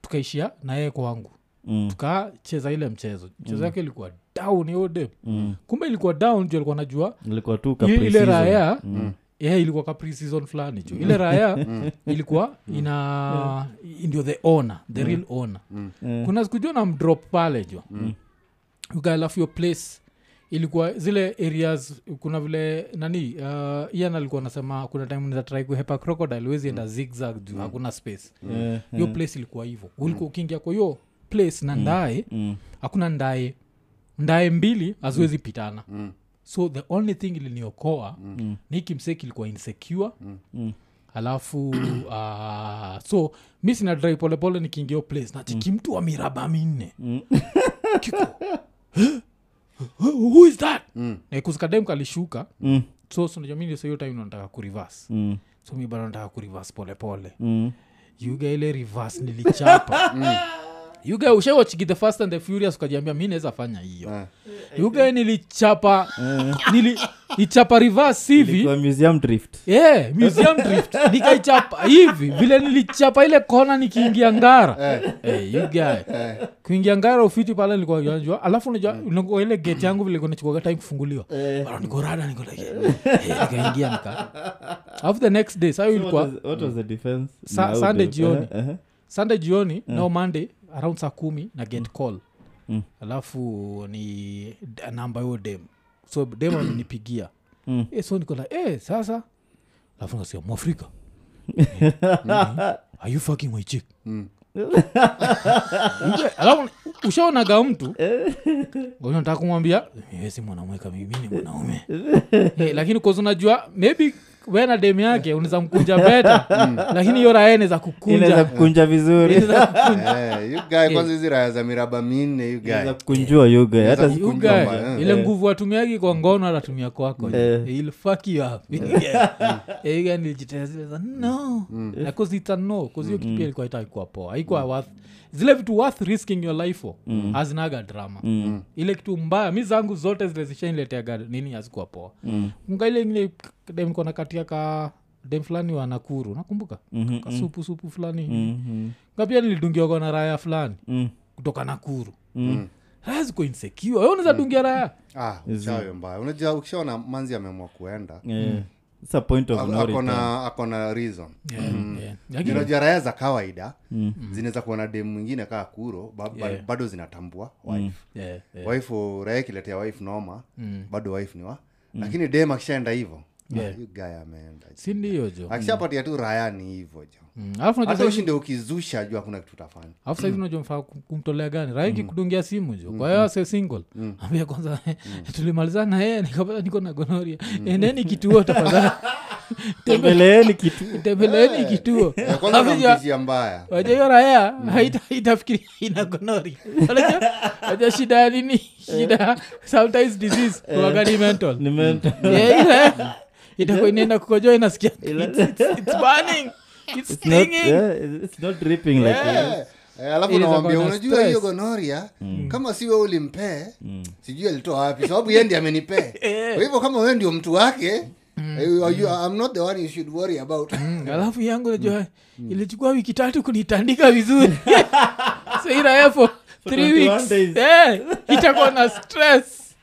Speaker 1: tukaishia naye kwangu
Speaker 3: mm,
Speaker 1: tukacheza ile mchezo mchezo yake ilikuwa down hiyo dem
Speaker 3: Mm.
Speaker 1: kumbe ilikuwa down ju alikuwa najua
Speaker 3: ilikuwa tu Mm.
Speaker 1: I- ile
Speaker 3: ka-pre-season.
Speaker 1: raya yeah, ilikuwa ka pre-season fulani juu
Speaker 3: Mm.
Speaker 1: ile raya ilikuwa ina ndio the owner the real owner
Speaker 3: Mm.
Speaker 1: kuna sikujua na mdrop pale jo uga alafu yo place ilikuwa zile areas kuna vile nani uh, ian alikuwa anasema kuna time naeza try kuhepa crocodile huwezi enda
Speaker 3: Mm.
Speaker 1: zigzag juu hakuna space
Speaker 3: Eh,
Speaker 1: hiyo place ilikuwa hivyo ulikuwa ukiingia kwa hiyo place na ndae
Speaker 3: mm.
Speaker 1: hakuna ndae ndae mbili haziwezi pitana so the only thing iliniokoa mm. ni kimsee kilikuwa insecure
Speaker 3: Mm.
Speaker 1: alafu *clears throat* uh, so mi sina dri polepole nikiingia hiyo place nachiki mtu wa miraba minne *laughs* kiko "Huh? who is that mm. nakusikadem kalishuka
Speaker 3: Mm,
Speaker 1: so sinajua mi ndio hiyo time ndo nataka kurivas
Speaker 3: mm,
Speaker 1: so mi bado nataka kurivas polepole
Speaker 3: mm.
Speaker 1: yuga ile reverse
Speaker 3: *laughs*
Speaker 1: nilichapa yuga ushawachiki the fast and the furious ukajiambia mi naweza fanya hiyo
Speaker 2: Eh.
Speaker 1: yuga nilichapa
Speaker 3: Eh.
Speaker 1: nili ichapa reverse hivi
Speaker 3: Ilikuwa museum drift
Speaker 1: Yeah, museum drift nikaichapa hivi vile nilichapa ile kona nikiingia ngara
Speaker 3: Eh.
Speaker 1: hey, you guy. kuingia ngara ufiti pale nilikuwa najua alafu unajua
Speaker 3: Mm.
Speaker 1: unakuwa ile gate yangu vile ilikuwa inachukuaga time kufunguliwa
Speaker 3: Eh.
Speaker 1: Bado niko rada niko like eh, nikaingia nika alafu the next day sayo
Speaker 3: So what
Speaker 1: ilikuwa
Speaker 3: was- what was the defense?
Speaker 1: Sa-
Speaker 3: Na
Speaker 1: Sunday
Speaker 3: ude-
Speaker 1: jioni.
Speaker 3: eh, eh,
Speaker 1: sunday jioni mm. nao monday around saa kumi na get call
Speaker 3: Mm.
Speaker 1: alafu ni d- namba hiyo dem so dem amenipigia
Speaker 3: Mm.
Speaker 1: Eh, so nikola eh, sasa
Speaker 3: *laughs*
Speaker 1: alafu nasikia mwafrika are you fucking my chick Ujue- alafu ushaonaga
Speaker 3: *laughs*
Speaker 1: mtu unataka kumwambia wezi mwanamweka mimi ni
Speaker 3: *laughs*
Speaker 1: mwanaume Eh, lakini kozi unajua maybe we na demu yake unaweza mkunja beta lakini hiyo raya inaweza
Speaker 3: inaweza
Speaker 1: kukunja
Speaker 3: kukunja vizuri
Speaker 1: Inaweza kukunja.
Speaker 2: Eh, you guy kwanza hizi raya za miraba minne you guy
Speaker 3: inaweza kukunjua yoga hata
Speaker 1: You
Speaker 2: kukunja
Speaker 1: guy,
Speaker 2: mbaya,
Speaker 1: ile nguvu atumiagi kwa ngono atatumia kwako *laughs* Eh, ilfakiakozitano kitu pia ilikuwa itaikuwa poa haikuwa worth zile vitu worth risking your life for hazinaga drama ile kitu mbaya mi zangu zote zile zishanileteaga nini hazikuwa poa kumbuka ile ingine demkona katia ka dem fulani wa nakuru nakumbuka
Speaker 3: Mhm,
Speaker 1: kasupu supu fulani
Speaker 3: Mhm,
Speaker 1: Kumbuka pia nilidungiwa kwa na raya fulani
Speaker 3: mhm.
Speaker 1: kutoka nakuru
Speaker 3: Mm.
Speaker 1: raya ziko insecure we unaweza dungia raya
Speaker 2: ah, uchawi mbaya unajua ukishaona manzi ameamua kuenda
Speaker 3: Eh, it's a point of no return.
Speaker 2: akona akona reason
Speaker 1: Yeah, yeah. Lakini-
Speaker 2: unajua raya za kawaida zinaweza kuwa na demu mwingine kaa kuro ba, ba,
Speaker 1: Mm. Yeah.
Speaker 2: bado zinatambua wife
Speaker 1: yeah, yeah,
Speaker 2: wife raya ikiletea wife noma
Speaker 1: Mm.
Speaker 2: bado wife ni wa lakini dem akishaenda hivo
Speaker 1: Yeah.
Speaker 2: gay ameenda
Speaker 1: si ndiyo jo
Speaker 2: akishapatia tu raya ni hivo jo
Speaker 1: Mm. alafu Mm. unajua
Speaker 2: hata
Speaker 1: saizi-
Speaker 2: ushinde ukizusha jua kuna kitu utafanya
Speaker 1: alafu saizi unajua mfaa kum- kumtolea gani raiki kudungia simu jo kwa hiyo ase single ambia kwanza *laughs* tulimalizana na yeye nikapata niko na gonoria endeni kituo tafadhali
Speaker 3: tembeleeni kitu
Speaker 1: tembeleeni kituo
Speaker 2: Eh, kwanza
Speaker 1: Alafu
Speaker 2: nampishia mbaya
Speaker 1: wajayoraya haitafikiri *laughs* ina gonoria Unajua- unajua shida ya nini shida sometimes disease kuwagani mental
Speaker 3: *laughs* Nimeenda-
Speaker 1: Yeah, ile itakuwa inaenda kukojoa inasikia it's, it's, it's burning it's
Speaker 3: it's not-
Speaker 1: stinging
Speaker 3: yeah, it's not dripping like
Speaker 2: Eh, eh, alafu
Speaker 1: Ili za
Speaker 2: nawambia
Speaker 1: kuona
Speaker 2: unajua
Speaker 1: stress."
Speaker 2: hiyo gonoria kama si we ulimpee sijui alitoa wapi sababu ye
Speaker 1: *laughs*
Speaker 2: ndi amenipee
Speaker 1: Eh.
Speaker 2: kwa hivyo kama we ndio mtu wake
Speaker 1: Mm.
Speaker 2: eh, you- you- I'm not the one you should worry about
Speaker 1: Mm-hmm. alafu yangu najua
Speaker 3: Mm-hmm.
Speaker 1: ilichukua wiki tatu kunitandika
Speaker 3: *laughs*
Speaker 1: vizuri so iraya for three
Speaker 3: 21
Speaker 1: weeks
Speaker 3: days.
Speaker 1: Eh, itakuwa na
Speaker 3: *laughs*
Speaker 1: stress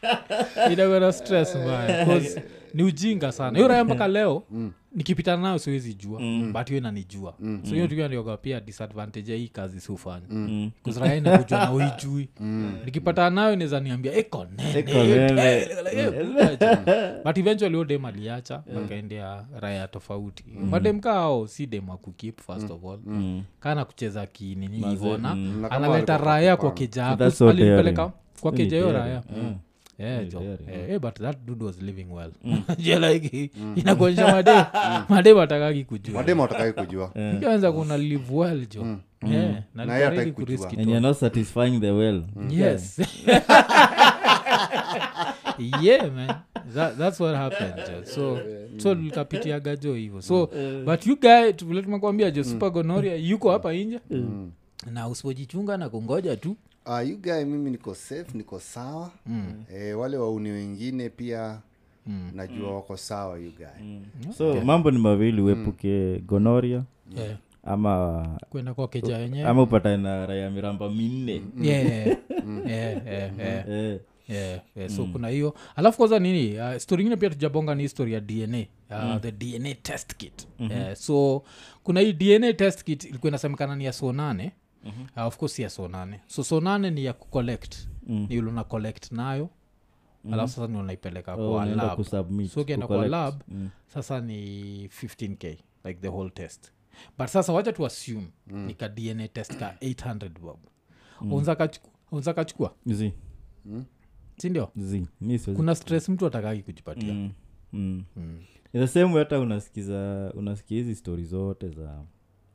Speaker 1: itakuwa na stress mbaya 'cause ni ujinga sana hiyo raya mpaka leo
Speaker 3: Mm.
Speaker 1: nikipitana nayo siwezi jua but hiyo inanijua so
Speaker 3: Mm.
Speaker 1: hiyo tukiwa ndioga pia disadvantage ya hii kazi siufanya
Speaker 3: Hmm.
Speaker 1: kuzraya inakujua na uijui
Speaker 2: Mm.
Speaker 1: nikipatana nayo naweza niambia "Eh, eko nene,
Speaker 2: Eh,
Speaker 3: Eko
Speaker 1: hiyo
Speaker 3: nene.
Speaker 1: tele, like, hiyo eh,
Speaker 2: *laughs*
Speaker 1: kumbe." but eventually huyo dem aliacha akaendea raya tofauti
Speaker 2: Mm.
Speaker 1: mademka ao si dem akukip first of all kana kucheza kinini hivona
Speaker 2: Mm. Na kama
Speaker 1: analeta
Speaker 2: walikuwa ah.
Speaker 1: raya kwa
Speaker 2: wakipanga.
Speaker 1: keja
Speaker 3: That's so
Speaker 1: alimpeleka
Speaker 3: daring.
Speaker 1: kwa
Speaker 3: Really
Speaker 1: keja hiyo
Speaker 3: daring.
Speaker 1: raya
Speaker 3: Mm.
Speaker 1: Yeah, jo.
Speaker 3: daring,
Speaker 1: Eh, eh, but that dude was living well
Speaker 2: Mm.
Speaker 1: *laughs* Je, like,
Speaker 2: *laughs*
Speaker 1: inakuonyesha made made watakaki kujua
Speaker 2: madema watakai *laughs* kujua
Speaker 1: anza kuna live well jo Yeah, na
Speaker 2: Mm. Na
Speaker 1: alikuwa
Speaker 2: yeye
Speaker 1: ready
Speaker 2: hataki
Speaker 1: kurisk
Speaker 2: kujua.
Speaker 1: it
Speaker 3: and you're not satisfying the well
Speaker 1: Hmm. yes *laughs* yeah man that, that's what happened jo. so so likapitiaga jo hivo so but you guy tu- vile tumekwambia jo supergonoria yuko hapa inje na usipojichunga na kungoja tu
Speaker 2: Ah, you guy mimi niko safe niko sawa
Speaker 1: Mm.
Speaker 2: eh, wale wauni wengine pia najua wako sawa you guy
Speaker 3: so mambo ni mawili uepuke gonoria
Speaker 1: Hmm. yeah.
Speaker 3: ama
Speaker 1: kwenda kwa keja yenyewe
Speaker 3: ama upatane na raya miramba minne
Speaker 1: Yeah, yeah, yeah, yeah, yeah,
Speaker 3: Eh,
Speaker 1: yeah, yeah.
Speaker 3: Mm.
Speaker 1: so kuna hiyo alafu kwanza nini uh, story ingine pia tujabonga ni history ya dna uh,
Speaker 3: Mm.
Speaker 1: the dna test kit
Speaker 3: Mm-hmm.
Speaker 1: Eh, so kuna hii dna test kit ilikuwa inasemekana ni ya so nane
Speaker 3: Mm-hmm.
Speaker 1: uh, of course si ya so nane so so nane ni ya kucollect
Speaker 3: Mm.
Speaker 1: ni uluna collect nayo alafu sasa ni unaipeleka
Speaker 3: Mm-hmm. oh,
Speaker 1: kwa
Speaker 3: unaenda
Speaker 1: lab
Speaker 3: kusubmit,
Speaker 1: so ukienda kwa
Speaker 3: kucollect. Mm.
Speaker 1: lab sasa ni 15k like the whole test but sasa wacha tu assume ni ka dna test ka 800 bob
Speaker 3: Mm.
Speaker 1: unza kachu- unza kachukua
Speaker 3: zi
Speaker 1: sindio
Speaker 3: zi mi siwezi
Speaker 1: kuna stress mtu atakaki kujipatia
Speaker 3: Mm, mm. In the same way hata unasikiza unasikia hizi stori zote za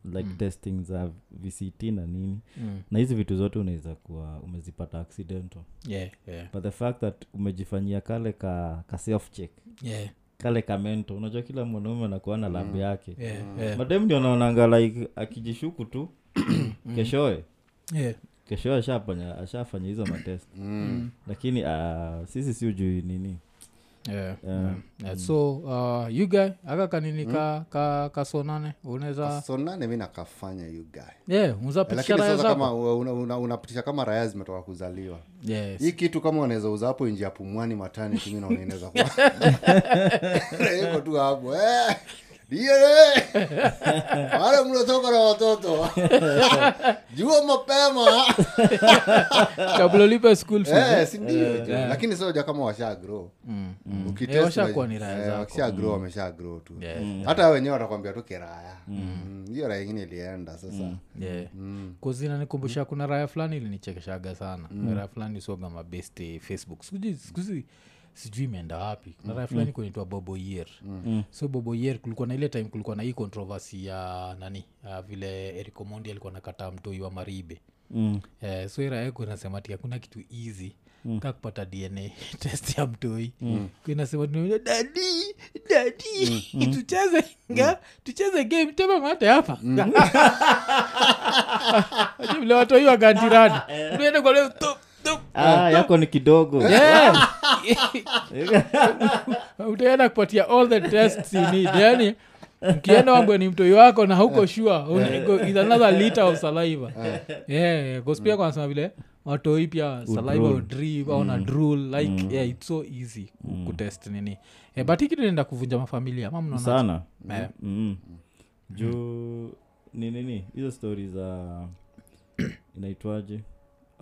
Speaker 3: like testing za vct na nini
Speaker 1: Mm.
Speaker 3: na hizi vitu zote unaweza kuwa umezipata accidental
Speaker 1: yeah, yeah,
Speaker 3: but the fact that umejifanyia kale ka, ka self check
Speaker 1: yeah,
Speaker 3: kale ka mento unajua kila mwanaume anakuwa na lab yake
Speaker 1: Mm. yeah, yeah, Mm.
Speaker 3: madem ndio anaonanga like akijishuku tu
Speaker 1: *coughs*
Speaker 3: keshoe
Speaker 1: yeah.
Speaker 3: keshoe ashafanya ashafanya hizo matest
Speaker 2: Mm.
Speaker 3: lakini ah, sisi si ujui nini
Speaker 1: Yeah.
Speaker 3: Eh,
Speaker 1: Yeah, so uh, you guy aka kanini ka, ka, kasonane unaweza
Speaker 2: so nane mi nakafanya you guy Eh,
Speaker 1: yeah, unza pitisha
Speaker 2: lakini
Speaker 1: raya
Speaker 2: sasa
Speaker 1: zako
Speaker 2: kama unapitisha una, unapitisha kama raya zimetoka kuzaliwa
Speaker 1: yes.
Speaker 2: hii kitu kama unaweza uza hapo nje ya
Speaker 1: *laughs*
Speaker 2: pumwani matani tumi naona inaweza kuwa Iko tu hapo eh. DNA. wale mliotoka na watoto
Speaker 1: *laughs*
Speaker 2: jua mapema
Speaker 1: kabla ulipe school fees, eh?
Speaker 2: Eh, si ndio jo. lakini soja kama washa grow Ukitest
Speaker 1: Eh, washakuwa
Speaker 2: unajua-
Speaker 1: ni raya
Speaker 2: eh,
Speaker 1: zako. Mm.
Speaker 2: wakisha grow wamesha grow tu
Speaker 1: Yeah.
Speaker 2: hata wenyewe watakwambia tu kiraya Mm, hiyo raya ingine ilienda
Speaker 1: Mm.
Speaker 2: sasa
Speaker 1: Yeah. kuzinanikumbusha kuna raya fulani ilinichekeshaga sana raya fulani soga mabeste eh, facebook Sikuji- sikuzi sijui imeenda wapi kuna raya fulani kunaitwa bobo year so bobo year kulikuwa na ile time kulikuwa na hii controversy ya nani ya vile ericomondi alikuwa nakataa mtoi wa maribe
Speaker 3: Mm.
Speaker 1: eh, so iraeko inasema ti hakuna kitu easy mm. ka kupata dna *laughs* test ya mtoi mm. inasema tunaambia, dadi dadi *laughs* tucheze nga tucheze game tema mate hapa Wajua vile watoi wagantirani unaenda kwa leo top top
Speaker 3: ah, yako ni kidogo
Speaker 1: utaenda kupatia all the tests you need Yaani, yani mkienda wambwe ni mtoi wako na huko shua another liter of saliva yeah, gospia kwanasema vile watoi pia saliva udri au na drool like yeah, it's so easy ku- kutest nini yeah, but hiki tunaenda kuvunja mafamilia ama mnaona
Speaker 3: sana
Speaker 1: Eh.
Speaker 3: mm.
Speaker 1: Mm-hmm.
Speaker 3: juu ni nini hizo stori
Speaker 1: *coughs*
Speaker 3: za inaitwaje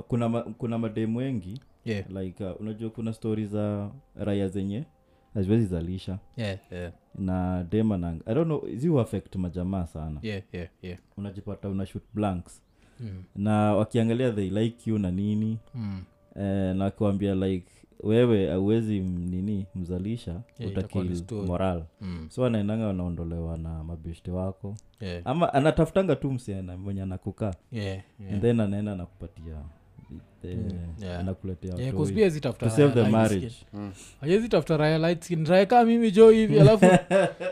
Speaker 3: kuna ma, kuna mademu wengi
Speaker 1: yeah,
Speaker 3: like uh, unajua kuna stori za raya zenye haziwezi zalisha
Speaker 1: yeah, yeah,
Speaker 3: na dem anang i don't know zi huaffect majamaa sana
Speaker 1: yeah, yeah, yeah.
Speaker 3: unajipata una shoot blanks
Speaker 1: Mm,
Speaker 3: na wakiangalia they like you na nini
Speaker 1: mm.
Speaker 3: eh, na wakiwambia like wewe auwezi nini mzalisha
Speaker 1: Yeah, itakuwa ni
Speaker 3: utakil
Speaker 1: story.
Speaker 3: moral
Speaker 1: Mm,
Speaker 3: so anaendanga wanaondolewa na mabeshte wako
Speaker 1: yeah,
Speaker 3: ama anatafutanga tu msiana mwenye anakukaa
Speaker 1: yeah, yeah.
Speaker 3: yeah. then anaenda anakupatia eh,
Speaker 1: yeah.
Speaker 3: anakuletea
Speaker 1: Yeah,
Speaker 3: toy.
Speaker 1: 'cause pia hizi tafuta
Speaker 3: to save the
Speaker 1: light
Speaker 3: marriage
Speaker 1: skin.
Speaker 2: Hmm.
Speaker 1: hawezi tafuta raya light skin raya kaa mimi jo hivi
Speaker 2: *laughs*
Speaker 1: alafu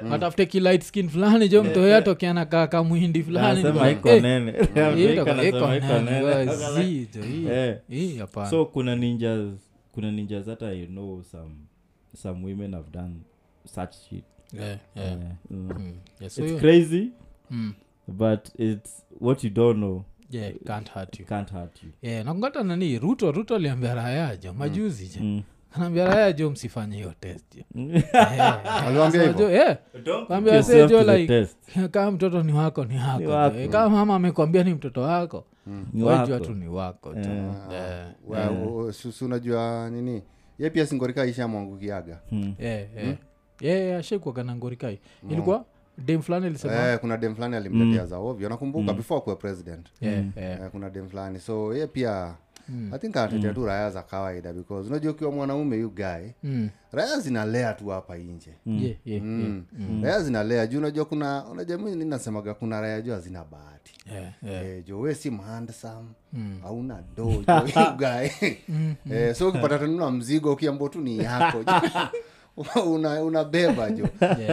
Speaker 2: Hmm.
Speaker 1: atafute ki light skin fulani jo mtoyo atokeana kaka mwindi fulani
Speaker 3: Anasema
Speaker 1: Niko-
Speaker 3: iko
Speaker 1: *laughs* eh,
Speaker 3: nene. *laughs*
Speaker 1: hii
Speaker 3: Amerika
Speaker 1: itakuwa- iko
Speaker 3: anasema iko
Speaker 1: nani,
Speaker 3: nene.
Speaker 1: wa- zi, jo, hii-
Speaker 3: *laughs* Eh.
Speaker 1: hii hapana.
Speaker 3: so kuna ninjas kuna ninjas hata i know some some women have done such shit
Speaker 1: Eh, eh.
Speaker 3: Eh, mm.
Speaker 1: Mm. Yeah, so
Speaker 3: it's
Speaker 1: you-
Speaker 3: crazy
Speaker 1: mm.
Speaker 3: but it's what you don't know
Speaker 1: Yeah, can't hurt you.
Speaker 3: can't hurt you
Speaker 1: Yeah, nakungata nani ruto ruto aliambia raya jo
Speaker 2: Hmm.
Speaker 1: majuzi jo
Speaker 3: Mm.
Speaker 1: anaambia raya jo msifanye hiyo test
Speaker 3: *laughs*
Speaker 1: jo
Speaker 2: Aliwaambia
Speaker 1: So,
Speaker 2: hivyo?
Speaker 1: jo, eh, Waambia
Speaker 3: Yourself
Speaker 1: wasee, jo,
Speaker 3: to the
Speaker 1: like,
Speaker 3: test.
Speaker 1: *laughs* kama mtoto ni wako ni wako, jo.
Speaker 3: wako.
Speaker 1: Eh, kama mama amekwambia ni mtoto wako
Speaker 3: Ni
Speaker 1: wajua
Speaker 3: wako.
Speaker 1: tu ni wako jo. Eh,
Speaker 2: Wa- u- u- si- si unajua nini ye pia singorika isha mwangukiaga
Speaker 1: Eh,
Speaker 3: Hmm?
Speaker 1: eh. Yeah, yeah, ashaikuwaga na ngorikai ilikuwa dem fulani alisema
Speaker 2: eh, kuna dem fulani alimtetea za ovyo nakumbuka before kuwe president
Speaker 1: Mm. Yeah,
Speaker 3: Hmm.
Speaker 1: yeah. Mm.
Speaker 2: Eh, kuna dem fulani so ye pia i think anatetea tu raya za kawaida because unajua ukiwa mwanaume yu guy
Speaker 1: Mm.
Speaker 2: raya zinalea tu hapa nje
Speaker 3: Hmm.
Speaker 1: Yeah, yeah,
Speaker 2: Mm. raya zinalea juu unajua kuna unajua mimi ninasemaga kuna raya juu hazina bahati
Speaker 1: yeah, yeah. Hmm.
Speaker 2: Eh, jo we si mhandsam hauna do jo,
Speaker 1: *laughs*
Speaker 2: you guy.
Speaker 1: Mm-hmm.
Speaker 2: Eh, so ukipata tununa mzigo ukiambo tu ni yako jo. *laughs* una unabeba jo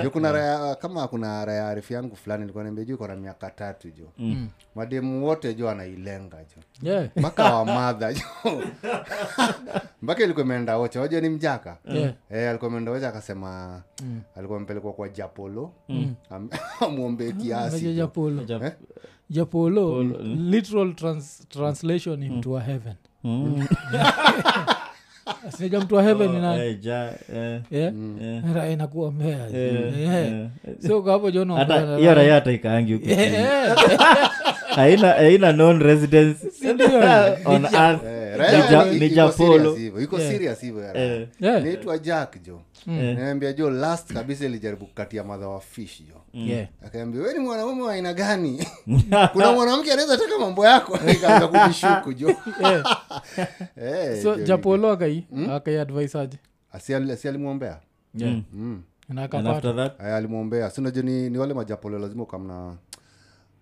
Speaker 2: jo kuna raya kama kuna raya arifu yangu fulani ilikuwa niambia juu iko na miaka tatu jo
Speaker 1: Hmm.
Speaker 2: mademu wote jo anailenga jo
Speaker 1: Yeah.
Speaker 2: mpaka wamadha jo *laughs* mpaka ilikuwa imeenda wocha wajua ni mjaka
Speaker 1: Yeah. Hmm.
Speaker 2: Eh, alikuwa imeenda wocha akasema alikuwa amepelekwa kwa japolo Am- *laughs* amwombe kiasi
Speaker 1: Unajua
Speaker 2: jo.
Speaker 1: japolo
Speaker 3: Jap-
Speaker 2: Eh?
Speaker 1: japolo
Speaker 3: hmm.
Speaker 1: literal trans, translation ni mtu wa heaven
Speaker 3: Mm.
Speaker 1: sinaja mtu wa heaven ni nani
Speaker 3: Eh, ja- eh,
Speaker 1: yeah?
Speaker 3: eh,
Speaker 1: Raha inakuombea jo.
Speaker 3: eh,
Speaker 1: Yeah.
Speaker 3: eh.
Speaker 1: so kwa hapo jo
Speaker 3: hata
Speaker 1: naombea
Speaker 3: hiyo
Speaker 1: raha.
Speaker 3: raya hata ikaangi huku
Speaker 1: Eh,
Speaker 3: chini.
Speaker 1: eh.
Speaker 3: haina haina non residence
Speaker 1: Sindio?
Speaker 3: *laughs* on
Speaker 1: Ni
Speaker 3: earth
Speaker 2: Eh,
Speaker 3: Ni
Speaker 2: Raya
Speaker 3: ja-
Speaker 2: ni-
Speaker 3: ni
Speaker 2: iko
Speaker 3: japolo
Speaker 2: serious hivyo, iko serious hivyo ya Raya.
Speaker 3: Eh,
Speaker 1: Yeah.
Speaker 2: naitwa jack jo
Speaker 3: Eh.
Speaker 2: naambia jo last kabisa ilijaribu kukatia madha wa fish jo
Speaker 3: Hmm.
Speaker 1: Yeah.
Speaker 2: akaambia we ni mwanaume wa aina gani kuna mwanamke anaweza taka mambo yako *laughs* ikaanza kunishuku jo Eh,
Speaker 1: so
Speaker 2: jo,
Speaker 1: japolo akai akaiadvise aje
Speaker 2: asi ali- asi alimwombea Mm.
Speaker 1: Yeah. Na
Speaker 3: and
Speaker 1: akapata.
Speaker 3: Mm. after that
Speaker 2: Aya, alimwombea sinajo ni, ni wale majapolo lazima ukamna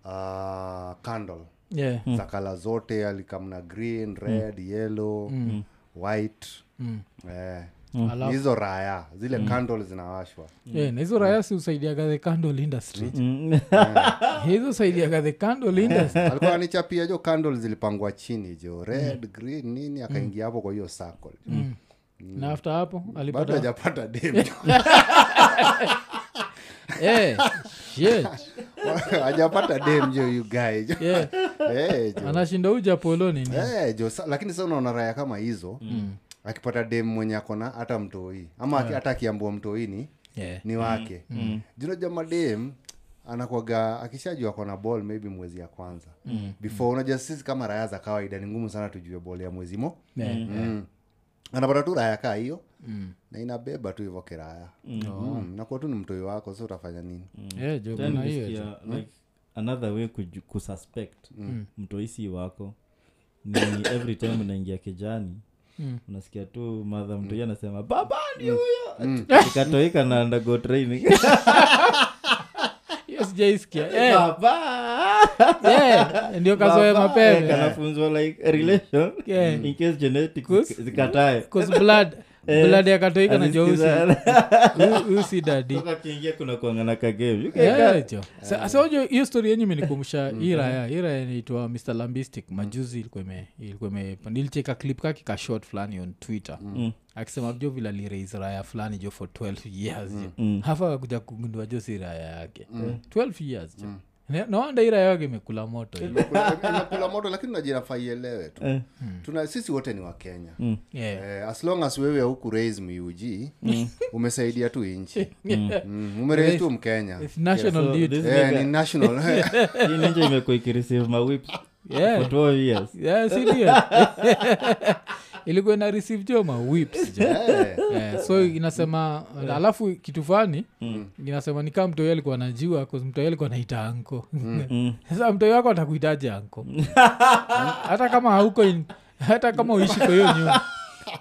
Speaker 2: uh, candle
Speaker 1: Yeah.
Speaker 2: za kala zote alikamna green red yellow white eh,
Speaker 1: Alafu-
Speaker 2: ni hizo raya zile candle zinawashwa
Speaker 3: Hmm.
Speaker 1: Yeah, na hizo raya si usaidiaga the candle industry
Speaker 3: Mm.
Speaker 1: hizo usaidiaga the candle industry
Speaker 2: alikuwa anichapia jo candle zilipangwa chini jo red green nini akaingia hapo kwa hiyo circle
Speaker 1: na after hapo
Speaker 2: bado
Speaker 1: alipata
Speaker 2: hajapata dem jo.
Speaker 1: Eh, shit.
Speaker 2: hajapata dem jo you guy jo
Speaker 1: Yeah.
Speaker 2: Eh, jo.
Speaker 1: anashinda ujapolo nini
Speaker 2: Eh, jo sa, lakini sa unaona raya kama hizo akipata dem mwenye akona hata mtoi ama aki- hata akiambua mtoi ni
Speaker 1: Yeah.
Speaker 2: ni wake mm. junaja madem anakwaga akishajua kona ball maybe mwezi ya kwanza mm. before mm. unajua sisi kama raya za kawaida ni ngumu sana tujue ball ya mwezi mo
Speaker 3: Hmm.
Speaker 1: Yeah.
Speaker 2: mm. anapata tu raya kaa hiyo mm. na inabeba tu hivo kiraya mm. mm. nakuwa tu ni mtoi wako so utafanya nini mm.
Speaker 1: Yeah, jo,
Speaker 3: Hmm. Then
Speaker 1: kuna hiyo jo.
Speaker 3: nisikia, like another way kuju- kususpect
Speaker 1: Mm.
Speaker 3: mtoisi wako ni every time unaingia kijani
Speaker 1: Mm.
Speaker 3: unasikia tu madha mtoi anasema baba ni huyo ikatoika na undergo training
Speaker 1: Hiyo sijaisikia *laughs* Eh,
Speaker 3: baba
Speaker 1: eh, ndio kazoe
Speaker 3: Baba, eh,
Speaker 1: mapema
Speaker 3: kanafunzwa like relation
Speaker 1: Yeah.
Speaker 3: in case genetic
Speaker 1: Kus-
Speaker 3: zik- zikatae
Speaker 1: 'Cause blood blood ya katoika na jeusi
Speaker 3: Eh. Azisikiza- *laughs*
Speaker 1: usi dadi
Speaker 3: toka akiingia kuna kuangana
Speaker 1: Yeah, jo. Sa- sa unajua hiyo story yenyu imenikumbusha hii raya hii raya inaitwa mr lambistic majuzi ilikuwa ime- ilikuwa ime- nilicheka clip kake ka short fulani on twitter akisema jo vile aliraise raya fulani jo for 12 years jo hafa akakuja kugundua jo si raya yake 12 years jo Na- nawanda hii raya yake imekula moto
Speaker 2: *laughs*
Speaker 1: hiyo.
Speaker 2: imekula moto lakini najinafaielewe tu
Speaker 3: Eh.
Speaker 2: Tuna, sisi wote ni wakenya mm.
Speaker 1: Yeah.
Speaker 2: eh, as long as wewe huku raise mug *laughs* umesaidia tu inchi mm. umeraise tu mkenya
Speaker 1: *laughs* It's national
Speaker 3: so
Speaker 1: duty.
Speaker 3: this
Speaker 2: eh,
Speaker 3: nigga-
Speaker 2: ni *laughs* national Eh,
Speaker 3: hii ninja imekuwa ikireceive mawips
Speaker 1: Yeah.
Speaker 3: for *laughs* 12 years
Speaker 1: Yeah, si ndio? *laughs* ilikuwa ina receive jo ma whips jo
Speaker 2: Eh.
Speaker 1: Eh, so inasema eh, alafu kitu fani inasema ni kama mtoi alikuwa anajua 'cause mtoi alikuwa anaita anko *laughs* sasa mtoi wako atakuitaje anko *laughs* hata kama hauko in- hata kama uishi kwa hiyo nyumba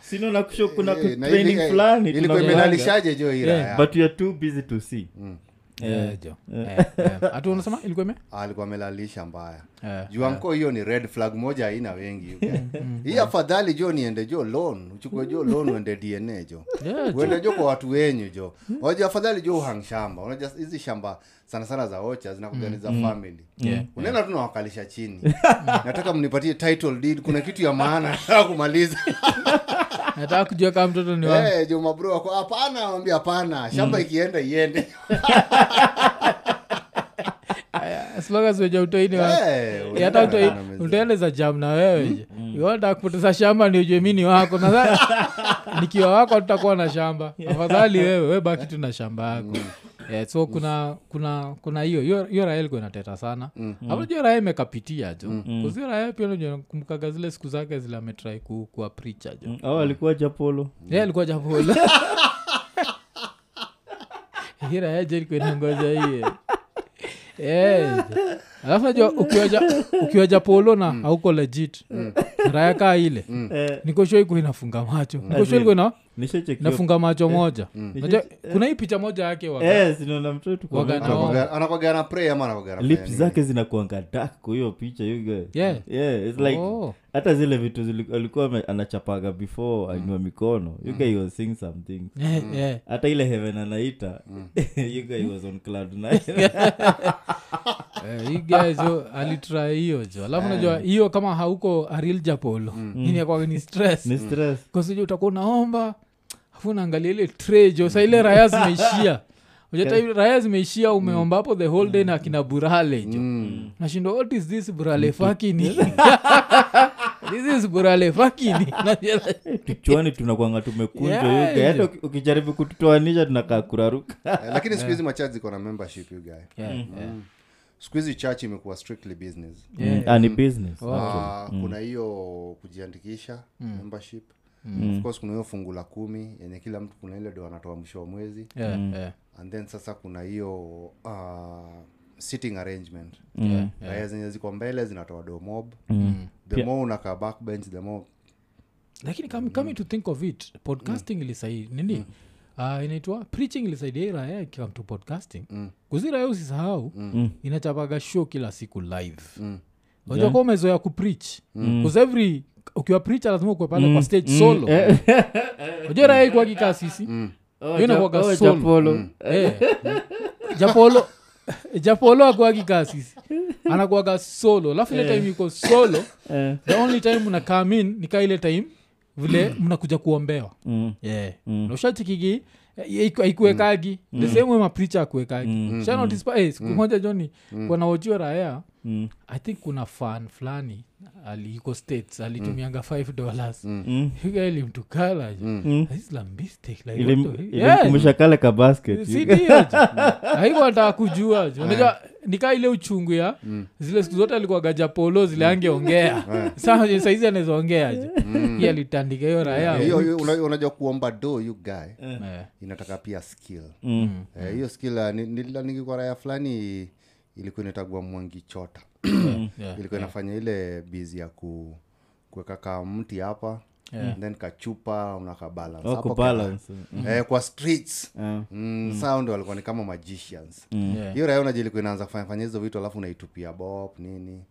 Speaker 3: sino nakusho kuna
Speaker 2: Eh, na
Speaker 3: training
Speaker 2: ili-
Speaker 3: fulani
Speaker 2: ilikuwa
Speaker 3: tunakuanga.
Speaker 2: imenalishaje jo ira
Speaker 1: Yeah,
Speaker 2: ya.
Speaker 3: but you are too busy to see
Speaker 2: Mm.
Speaker 1: Eh, jo. Eh, eh. Ati unasema ilikuwa ime
Speaker 2: Ah, alikuwa amelalisha mbaya
Speaker 1: Eh, Mm,
Speaker 2: juanko hiyo ni red flag moja haina
Speaker 1: *laughs*
Speaker 2: wengi okay? hii afadhali jo niende jo lon uchukue jo lon uende dna jo
Speaker 1: Yeah, Mm.
Speaker 2: uende jo kwa watu wenyu jo waja afadhali jo uhang shamba unajua hizi shamba sana sana za ocha zinakugani za family
Speaker 1: Mm, Yeah.
Speaker 2: unaenda tu nawakalisha
Speaker 1: *laughs*
Speaker 2: chini nataka mnipatie title deed kuna kitu ya maana *laughs* nataka kumaliza
Speaker 1: nataka kujua kama mtoto ni Mm. wangu
Speaker 2: hey, jo mabro wako hapana wambia hapana shamba ikienda iende
Speaker 1: As long as weja utoi ni wangu
Speaker 2: Eh,
Speaker 1: Eh, hata
Speaker 2: unaenda
Speaker 1: utoi-
Speaker 2: na mzee.
Speaker 1: utaeleza jam na wewe je. Iwata kupoteza shamba ndio ujue mi ni wako na sa- nikiwa wako tutakuwa na shamba afadhali wewe we baki tu na shamba yako Eh, so kuna kuna kuna hiyo hiyo hiyo raha ilikuwa inateta sana aunajua raha imekapitia jo kuzio raha pia unajua kumbukaga zile siku zake zile ametrai ku, kuwa pricha jo
Speaker 3: au Mm. Oh, alikuwa japolo
Speaker 1: ye alikuwa japolo *laughs* hira yaje ilikuwa inangoja hiye Eh, alafu najua ukiwa ja- ukiwa japolo na hauko legit raya kaa ile
Speaker 2: Mm.
Speaker 3: Eh,
Speaker 1: nikosho iko inafunga macho nikosho iko ina-
Speaker 3: nishachekiwa-
Speaker 1: inafunga macho moja najua
Speaker 3: Nisha-
Speaker 1: kuna hii picha moja yake waga-
Speaker 3: Eh, sino na mtoto tuko
Speaker 1: Waga-
Speaker 3: mental.
Speaker 1: no.
Speaker 2: Anakuwaga- anakuwaga na pray ama anakuwaga na
Speaker 3: lips
Speaker 2: prayer
Speaker 3: zake zinakuanga dark kwa hiyo picha hiyo guy.
Speaker 1: Yeah.
Speaker 3: Yeah, it's like
Speaker 1: Oh.
Speaker 3: hata zile vitu zili- alikuwa ame- anachapaga
Speaker 2: Mm.
Speaker 3: before ainua mikono you guy was seeing something
Speaker 1: Eh, eh.
Speaker 3: hata ile heaven anaita
Speaker 2: Mm.
Speaker 3: *laughs* you guy was on cloud nine.
Speaker 1: *laughs* Eh, hii guy jo alitry hiyo jo alafu najua hiyo kama hauko aril japolo inakuwa ni stress
Speaker 3: ni stress
Speaker 1: kasija utakuwa unaomba afu unaangalia ile tray jo sa ile raya zimeishia Unajua hata raya zimeishia umeomba hapo the whole day na akina burale jo nashindwa what is this burale fakini this is burale fakini Najua-
Speaker 3: kichwani tunakwanga tumekunjwa
Speaker 1: Yeah,
Speaker 3: you guy. hata
Speaker 1: jo.
Speaker 3: uki- ukijaribu kututoanisha tunakaa
Speaker 1: *laughs*
Speaker 3: kuraruka
Speaker 2: Eh, lakini siku hizi machurch ziko na membership you guy
Speaker 1: Yeah, yeah.
Speaker 2: siku hizi church imekuwa strictly business
Speaker 3: Ah, ni business
Speaker 2: Ah, kuna hiyo kujiandikisha membership of course kuna hiyo fungu la kumi yenye kila mtu kuna ile do anatoa mwisho wa mwezi
Speaker 1: Yeah, yeah.
Speaker 2: and then sasa kuna hiyo uh, sitting arrangement
Speaker 3: Mm.
Speaker 2: raya zenye ziko mbele zinatoa do mob the more unakaa backbench the more
Speaker 1: lakini kam- coming to think of it podcasting ilisai nini Ah, inaitwa preaching ilisaidia hii raya ikikam eh, to podcasting kuziraya usisahau
Speaker 3: Mm.
Speaker 1: inachapaga show kila siku live unajua kuwa umezoea kupreach
Speaker 3: Mm.
Speaker 1: bcause every ukiwa preacher lazima ukuwe pale kwa stage solo unajua raya ikuwa kikaa sisi
Speaker 3: Eh. Oh,
Speaker 1: Hiyo
Speaker 3: ja-
Speaker 1: inakuwaga
Speaker 3: oh,
Speaker 1: solo.
Speaker 3: japolo.
Speaker 1: Eh. japolo *laughs* japolo akuagi
Speaker 3: *laughs*
Speaker 1: kasisi anakuaga solo alafu ile time yuko solo
Speaker 3: Eh.
Speaker 1: the only time una come in ni kaa ile time vile mnakuja kuombewa
Speaker 3: Mm.
Speaker 1: yeah. na ushatikigi eh, eh, aikuwekagi the same way mapricha akuwekagi shanotispa siku moja joni mm. kwanaojiwa raya
Speaker 3: mm,
Speaker 1: i think kuna fan fulani aliiko states alitumianga 5 dollars
Speaker 3: mm,
Speaker 1: ilimtukalaje
Speaker 3: mm. Ili-
Speaker 1: aislambistekaikwataka
Speaker 3: ilimkumbusha kale ka basket
Speaker 2: *laughs*
Speaker 1: kujua
Speaker 2: Eh.
Speaker 1: ju. unajua nikaa ile uchungu ya
Speaker 2: Mm.
Speaker 1: zile siku zote alikuwa gaja polo zile angeongea
Speaker 2: Eh.
Speaker 1: Sa- saizi anawezaongea ju iy alitandika hiyo
Speaker 2: Mm. Eh, hiyo
Speaker 1: raya
Speaker 2: hiyo una- unajua kuomba do you guy
Speaker 1: Eh.
Speaker 2: inataka pia skill
Speaker 3: Mm.
Speaker 2: Eh, hiyo skill uh, ni- nilila- ningekuwa raya fulani ilikuwa inatagua mwangi chota
Speaker 1: Yeah.
Speaker 2: *coughs* ilikuwa inafanya ile bizi ya ku kuweka ka mti hapa then kachupa unakabalance
Speaker 3: Oh,
Speaker 2: Hapo
Speaker 3: kubalance.
Speaker 2: ka- eh, kwa streets
Speaker 3: Ah.
Speaker 2: mm, saa ndo walikuwa ni kama magicians
Speaker 1: Yeah.
Speaker 2: hiyo raya unajua ilikuwa inaanza kufanya fanya hizo vitu alafu unaitupia bob nini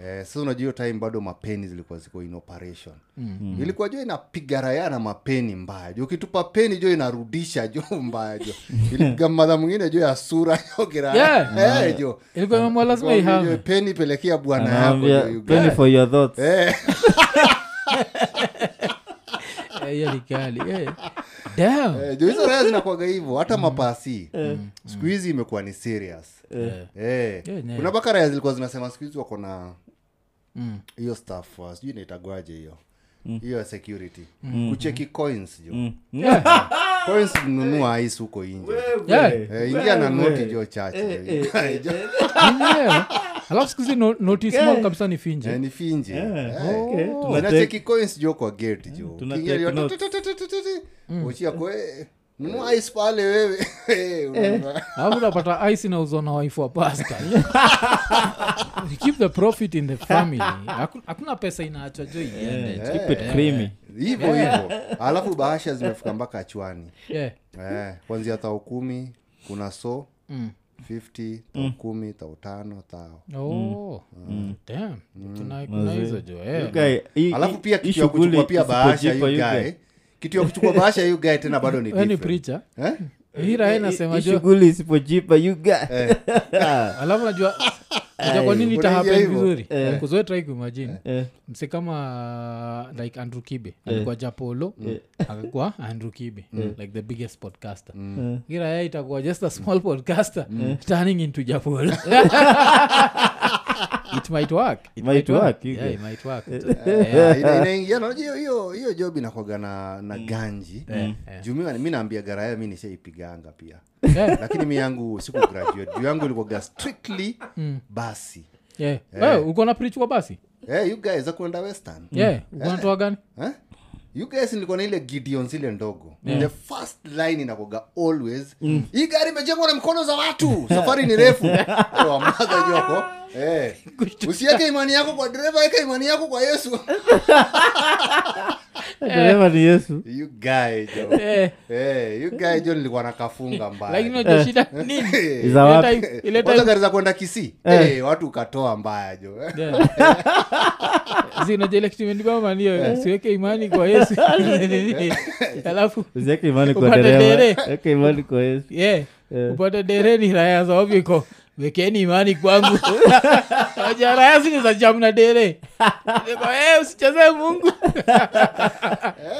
Speaker 2: eh, sasa unajua hiyo time bado mapeni zilikuwa ziko in operation
Speaker 1: Mm-hmm.
Speaker 2: mm. ilikuwa jo inapiga raya na mapeni mbaya jo ukitupa peni jo inarudisha jo *laughs* mbaya jo
Speaker 1: *laughs*
Speaker 2: ilipiga madha mwingine jo ya sura *laughs* jo kiraya
Speaker 1: Yeah.
Speaker 2: eh, jo
Speaker 1: ilikuwa imemwa lazima
Speaker 2: Kwambia jo,
Speaker 1: ihame
Speaker 2: peni pelekea bwana yako
Speaker 3: anaambia
Speaker 2: jo, you
Speaker 3: "Penny for your thoughts
Speaker 2: Eh,
Speaker 1: Eh, hiyo ni kali Eh. Damn.
Speaker 2: eh, jo hizo raya zinakuaga hivyo hata mapasi
Speaker 3: Mm.
Speaker 2: siku hizi imekuwa ni serious
Speaker 1: Mm. Eh.
Speaker 2: Eh,
Speaker 1: Yeah, yeah.
Speaker 2: kuna baka raya zilikuwa zinasema siku hizi wako na
Speaker 1: Mm.
Speaker 2: hiyo staff uh, sijui inaitagwaje hiyo hiyo ya security
Speaker 1: Mm.
Speaker 2: kucheki coins jo
Speaker 3: Mm.
Speaker 1: Yeah.
Speaker 2: coins nunua ice huko inje
Speaker 1: Yeah.
Speaker 2: Eh, ingia na noti jo chache
Speaker 1: eh,
Speaker 2: *laughs* Jo.
Speaker 1: Mwenyewe. alafu sikuhizi noti small kabisa ni finje
Speaker 2: Eh, ni finje Eh,
Speaker 1: oh.
Speaker 3: Okay, tuna Mm,
Speaker 2: unacheki coins jo kwa gate jo
Speaker 3: tuna
Speaker 2: Ukiingia
Speaker 3: take
Speaker 2: jo,
Speaker 3: notes.
Speaker 2: tutututututu.
Speaker 1: Mm.
Speaker 2: Uchia kwa eh, nunua ice pale wewe *laughs* Eh, ununua.
Speaker 1: alafu unapata ice inauzwa na waifu wa
Speaker 2: *laughs*
Speaker 1: pasta You keep the profit in the family Haku- hakuna pesa inaachwa jo iende
Speaker 3: Eh, keep it creamy.
Speaker 1: *laughs*
Speaker 2: hivyo hivyo alafu bahasha zimefika mpaka chwani
Speaker 1: Yeah.
Speaker 2: eh, kwanzia thao kumi kuna so
Speaker 1: Mm.
Speaker 2: 50
Speaker 3: Mm.
Speaker 2: thao kumi thao tano thao
Speaker 1: Oh, damn. Kuna- kuna
Speaker 3: Mazee.
Speaker 1: hizo jo eh.
Speaker 3: Mm. You guy, hii-
Speaker 2: alafu pia
Speaker 3: hii
Speaker 2: kitu ya
Speaker 3: shughuli
Speaker 2: kuchukua pia bahasha
Speaker 3: isipojipa, you guy.
Speaker 1: Eh,
Speaker 2: yugae kitu ya kuchukua bahasha yugae tena bado ni
Speaker 1: We ni
Speaker 2: different.
Speaker 1: preacher
Speaker 2: Eh?
Speaker 1: hii raha
Speaker 3: Hii
Speaker 1: inasema jo
Speaker 3: shughuli isipojipa you guy.
Speaker 2: Eh.
Speaker 1: alafu najua
Speaker 3: Eh,
Speaker 1: najua kwa nini
Speaker 2: Unaingia
Speaker 1: itahapen
Speaker 2: hivyo?
Speaker 1: vizuri kuzoetrai kuimajini
Speaker 3: *laughs* Eh,
Speaker 1: mse kama uh, like andrew kibe alikuwa japolo
Speaker 3: Eh.
Speaker 1: akakuwa andrew kibe like the biggest podcaster
Speaker 3: Mm.
Speaker 2: Mm.
Speaker 3: eh.
Speaker 1: gira yeye itakuwa just a small podcaster turning into
Speaker 3: *laughs*
Speaker 1: japolo it might work it
Speaker 3: might work, you
Speaker 1: yeah,
Speaker 3: guys.
Speaker 1: it
Speaker 3: Eh.
Speaker 1: might work Eh.
Speaker 2: Ah, ina- inaingia na hiyo hiyo hiyo job inakwaga na,
Speaker 1: Mm.
Speaker 2: na ganji
Speaker 1: Eh,
Speaker 3: Mm.
Speaker 2: jumiwa mi naambia garaya mi nishaipiganga pia
Speaker 3: *laughs*
Speaker 1: Yeah.
Speaker 2: lakini mi yangu siku graduate juu yangu ilikuwaga strictly
Speaker 1: Mm.
Speaker 2: basi Eh,
Speaker 1: yeah.
Speaker 3: Eh.
Speaker 1: Wewe, ulikuwa na preach kwa basi
Speaker 3: Mm.
Speaker 2: hey, you guys akuenda western
Speaker 1: yeah ulikuwa natoa gani
Speaker 2: Eh? you guys nilikuwa na ile gideon zile ndogo the first line inakoga always
Speaker 1: Mm.
Speaker 2: hii gari imejengwa na mkono za watu safari ni
Speaker 1: *laughs*
Speaker 2: refu Oh, wamaga joko eh. usiweke imani yako kwa dereva weka imani yako kwa yesu
Speaker 3: dereva ni yesu
Speaker 2: you guy jo
Speaker 1: *laughs* Eh,
Speaker 2: Eh, you guy jo nilikuwa
Speaker 1: *laughs*
Speaker 2: nakafunga
Speaker 1: lakini
Speaker 2: mbaya
Speaker 1: unajua shida ni
Speaker 2: *laughs*
Speaker 1: nini
Speaker 2: Eh.
Speaker 3: Za wapi?
Speaker 1: Ile
Speaker 2: *laughs*
Speaker 1: time- ile
Speaker 2: Wacha
Speaker 1: time-
Speaker 2: gari za kwenda kisii eh, watu ukatoa mbaya *laughs* jo
Speaker 1: Yeah. *laughs* Zinajua ile kitu imenibamba ni hiyo, siweke imani kwa yesu alafu
Speaker 3: usiweke imani kwa
Speaker 1: Upande
Speaker 3: dereva
Speaker 1: dere.
Speaker 3: weke imani kwa yesu
Speaker 1: yeah.
Speaker 3: Eh.
Speaker 1: upate dereni raya za ovyo iko wekeni imani kwangu aja raya zile za jamu na dere Niko, "Eh, usichezee mungu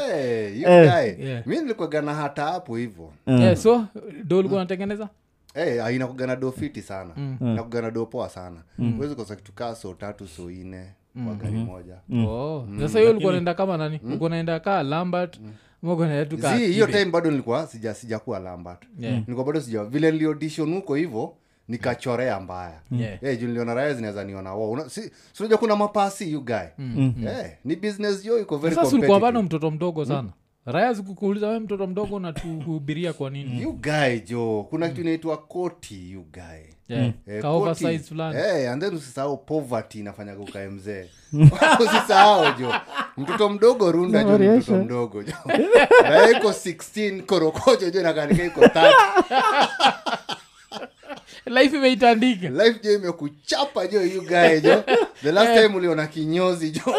Speaker 2: hey, you
Speaker 3: Eh.
Speaker 2: guy
Speaker 1: Yeah.
Speaker 2: mi nilikugana hata hapo hivyo
Speaker 3: Mm.
Speaker 1: yeah, Eh, so do ulikuwa unatengeneza
Speaker 2: Hey, inakugana ah, do fiti sana mm. inakugana do poa sana huwezi kosa kitu kaa so tatu so ine
Speaker 1: Mm.
Speaker 2: kwa gari moja
Speaker 1: Oh,
Speaker 2: Mm.
Speaker 1: sasa hiyo ulikuwa naenda kama nani ulikuwa naenda kaa lambert ama ulikuwa unaenda tu kaa
Speaker 2: Zii, hiyo
Speaker 1: Kibe?
Speaker 2: time bado nilikuwa sija sijakuwa lambert
Speaker 1: Yeah.
Speaker 2: nilikuwa bado sija vile niliodishon huko hivo nikachorea mbaya
Speaker 1: Yeah.
Speaker 2: Eh, juu niliona raya zinaweza niona wo Una- si- si unajua kuna mapasi you guy Eh, ni business yo iko very
Speaker 1: Mm. sasa ulikuwa bado
Speaker 2: competitive.
Speaker 1: mtoto
Speaker 2: Hmm.
Speaker 1: mdogo sana raya zikukuuliza we mtoto mdogo natuhubiria kwa nini
Speaker 2: you guy jo kuna kitu inaitwa koti you guy
Speaker 1: Yeah.
Speaker 2: Eh,
Speaker 1: Ka
Speaker 2: koti.
Speaker 1: oversize fulani
Speaker 2: Eh, and then usisahau poverty inafanyaga ukae mzee *laughs* usisahau jo mtoto mdogo runda jo ni mtoto mdogo jo na iko 16 korokocho jo nakanika iko tatu
Speaker 1: life imeitandika
Speaker 2: *laughs* life jo imekuchapa jo you guy jo the last time uliona kinyozi *laughs* jo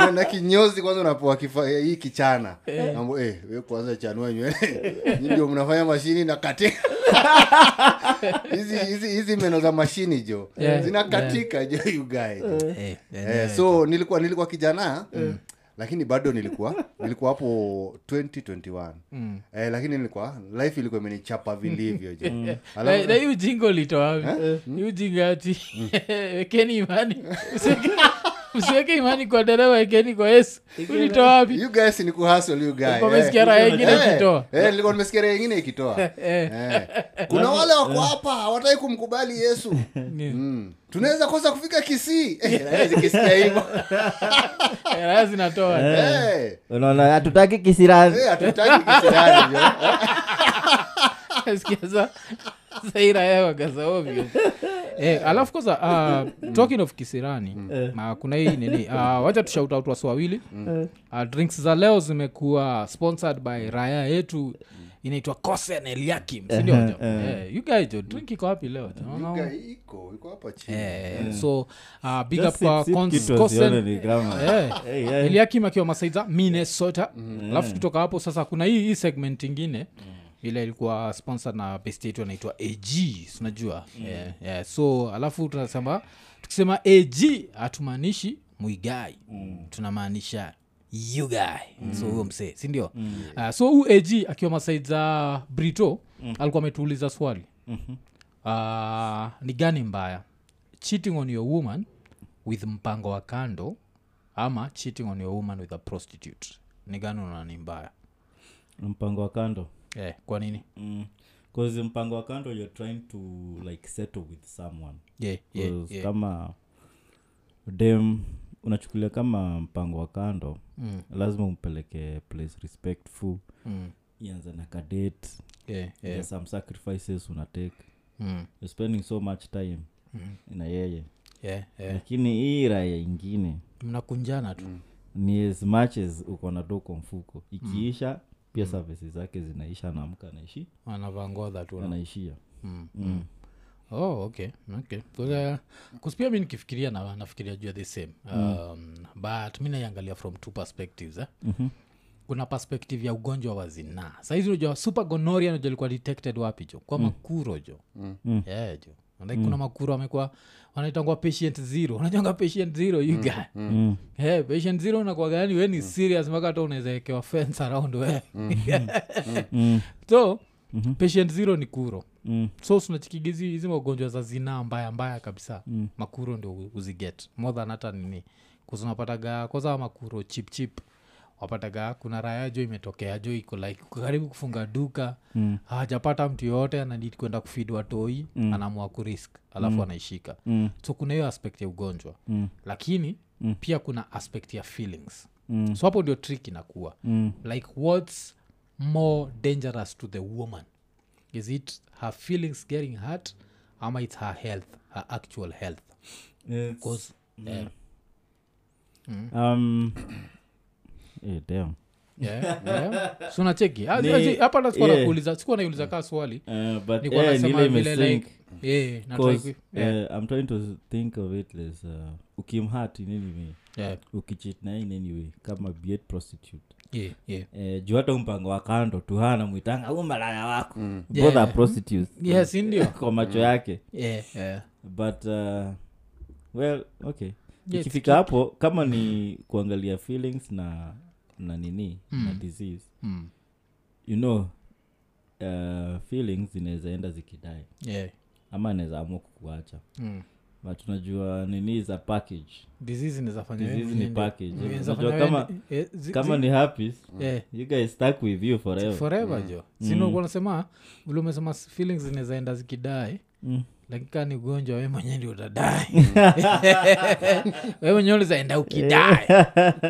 Speaker 2: uliona kinyozi kwanza unapewa kifa- eh, hii kichana Mambo, eh, we kwanza chanua nywele *laughs* Nyinyi ndio mnafanya mashini na *laughs* katika hizi hizi hizi meno za mashini jo
Speaker 1: Yeah,
Speaker 2: Eh. zinakatika jo you guy jo
Speaker 1: Eh, eh,
Speaker 2: eh, so nilikuwa nilikuwa kijana lakini bado nilikuwa nilikuwa hapo 2021 mm. eh, lakini nilikuwa life ilikuwa imenichapa vilivyo *laughs* je
Speaker 1: na Eh, na
Speaker 2: alafu Eh? Hmm.
Speaker 1: hiyo jingo litoavi hiyo jingo ati *laughs* wekeni imani Msiweke- msiweke imani kwa dereva wekeni kwa yesu ulitoavi
Speaker 2: you guys ni kuhasol you guy Eh.
Speaker 1: Ulikuwa umesikia raha ingine ikitoa.
Speaker 2: nilikuwa nimesikia raha
Speaker 1: *laughs*
Speaker 2: ingine ikitoa Eh. kuna wale wako hapa hawatai kumkubali yesu mm. tunaweza kosa kufika kisii Eh, *laughs* raha zikisikia hivyo
Speaker 1: raha zinatoa
Speaker 2: Eh.
Speaker 3: unaona hatutaki kisirazi
Speaker 2: Eh, hatutaki kisirani jo
Speaker 1: *laughs* Sikia za- za hii raha wakaza ovyo Eh, alafu kwanza uh, talking of kisirani na kuna hii nini uh, wacha tushout out wasi wawili uh, drinks za leo zimekuwa sponsored by raya yetu inaitwa kosen eliakim sindio jo Eh, you guys jo drink iko wapi leo jo? Unaona?
Speaker 2: Yuga iko iko hapa chini
Speaker 1: Eh, so uh, big
Speaker 3: Just
Speaker 1: up kwa
Speaker 3: sit- sit
Speaker 1: Cons-
Speaker 3: kitu
Speaker 1: Kosen-
Speaker 3: usione ni kama-
Speaker 1: Eh,
Speaker 3: Eh, eh.
Speaker 1: eliakim akiwa masaiza minnesota alafu kutoka hapo sasa kuna hii, hii segment ingine ile ilikuwa sponsor na best yetu anaitwa ag sinajua yeah, yeah. so alafu tunasema tukisema ag hatumaanishi mwigai tunamaanisha you guy so huyo msee sindio Ah, so huu ag akiwa masaiza brito alikuwa ametuuliza swali Ah, ni gani mbaya cheating on your woman with mpango wa kando ama cheating on your woman with a prostitute ni gani unani mbaya
Speaker 3: mpango wa kando
Speaker 1: eh, kwa nini
Speaker 3: mm. cause mpango wa kando you're trying to like settle with someone
Speaker 1: yeah, yeah,
Speaker 3: 'Cause
Speaker 1: yeah.
Speaker 3: kama dem unachukulia kama mpango wa kando mm. lazima umpeleke place respectful
Speaker 1: Mm,
Speaker 3: ianze na kadate
Speaker 1: yeah, yeah.
Speaker 3: yeah. some sacrifices unatake
Speaker 1: Mm,
Speaker 3: you're spending so much time mm. na yeye
Speaker 1: yeah, yeah.
Speaker 3: lakini hii raya ingine
Speaker 1: mnakunjana tu
Speaker 3: ni as much as uko na do kwa mfuko ikiisha
Speaker 1: Mm.
Speaker 3: pia services zake zinaisha anaamka anaishi
Speaker 1: anavangodha tu
Speaker 3: anaishia
Speaker 1: Mm, mm. oh okay okay kuspia mi nikifikiria na nafikiria jua the same um, but mi naiangalia from two perspectives eh? mm-hmm kuna perspective ya ugonjwa wa zinaa saizi unajua super gonoria najua ilikuwa detected wapi jo kwa makuro jo mm. yeah, jo like kuna makuro amekuwa wanaitangwa patient zero unajanga patient zero you guy
Speaker 3: mm.
Speaker 1: Hey, patient zero unakuwa gani we ni serious mpaka hata unaweza wekewa fence around we
Speaker 3: Mm.
Speaker 1: so patient zero ni kuro
Speaker 3: Mm.
Speaker 1: so sunachikigizi hizi magonjwa za zinaa mbaya mbaya kabisa makuro ndio u- uziget more than hata nini kuzunapataga kwanza makuro chip chip wapataga kuna raya jo imetokea jo iko like uko karibu kufunga duka mm. hajapata mtu yoyote ananid kwenda kufidwa toi mm. anaamua kurisk alafu mm. anaishika mm. so kuna hiyo aspect ya ugonjwa mm. lakini mm. pia kuna aspect ya feelings mm. so hapo ndio trick inakuwa mm. like what's more dangerous to the woman is it her feelings getting hurt ama its her health her actual health
Speaker 3: It's-
Speaker 1: 'Cause, eh,
Speaker 3: um, eh, damn.
Speaker 1: yeah,
Speaker 3: *laughs*
Speaker 1: yeah. So unacheki. Ah,
Speaker 3: Ni-
Speaker 1: azi- hapa hata sikuwa
Speaker 3: yeah.
Speaker 1: nakuuliza sikuwa naiuliza kaa swali
Speaker 3: Eh, but
Speaker 1: nikuwa
Speaker 3: eh,
Speaker 1: nasema
Speaker 3: nile
Speaker 1: vile
Speaker 3: imesink.
Speaker 1: like eh, na try
Speaker 3: 'Cause,
Speaker 1: ku- yeah,
Speaker 3: eh, i'm trying to think of it as uh, ukimhat in any way
Speaker 1: yeah,
Speaker 3: ukichit na in any way kama biet prostitute
Speaker 1: yeah, yeah.
Speaker 3: eh, juu hata mpango wa kando tuhana namwitanga u malaya wako mm.
Speaker 1: Yeah.
Speaker 3: yeah. prostitutes
Speaker 1: Yes, Mm. ndio
Speaker 3: kwa macho yake
Speaker 1: Yeah, yeah.
Speaker 3: but uh, well okay
Speaker 1: Yeah,
Speaker 3: ikifika hapo kama ni kuangalia feelings na na nini mm. na disease
Speaker 1: Mm.
Speaker 3: you know uh, feelings zinaweza enda zikidai
Speaker 1: Yeah.
Speaker 3: ama anaweza amua kukuacha
Speaker 1: Mm.
Speaker 3: but unajua nini is a package
Speaker 1: Disease inaweza fanya wewe
Speaker 3: Disease ni
Speaker 1: mwenyewe ndio-
Speaker 3: package.
Speaker 1: inaweza
Speaker 3: Unajua
Speaker 1: fanya wewe
Speaker 3: kama-
Speaker 1: ni- eh, zi-
Speaker 3: kama
Speaker 1: zi-
Speaker 3: ni happy
Speaker 1: yeah.
Speaker 3: you guys stuck with you forever
Speaker 1: forever jo
Speaker 3: Mm.
Speaker 1: sinokuwa nasema vile umesema feelings zinawezaenda zikidai
Speaker 3: Mm.
Speaker 1: lakini kaa ni ugonjwa we mwenyewe ndi utadai *laughs* we mwenyewe ulizaenda ukidai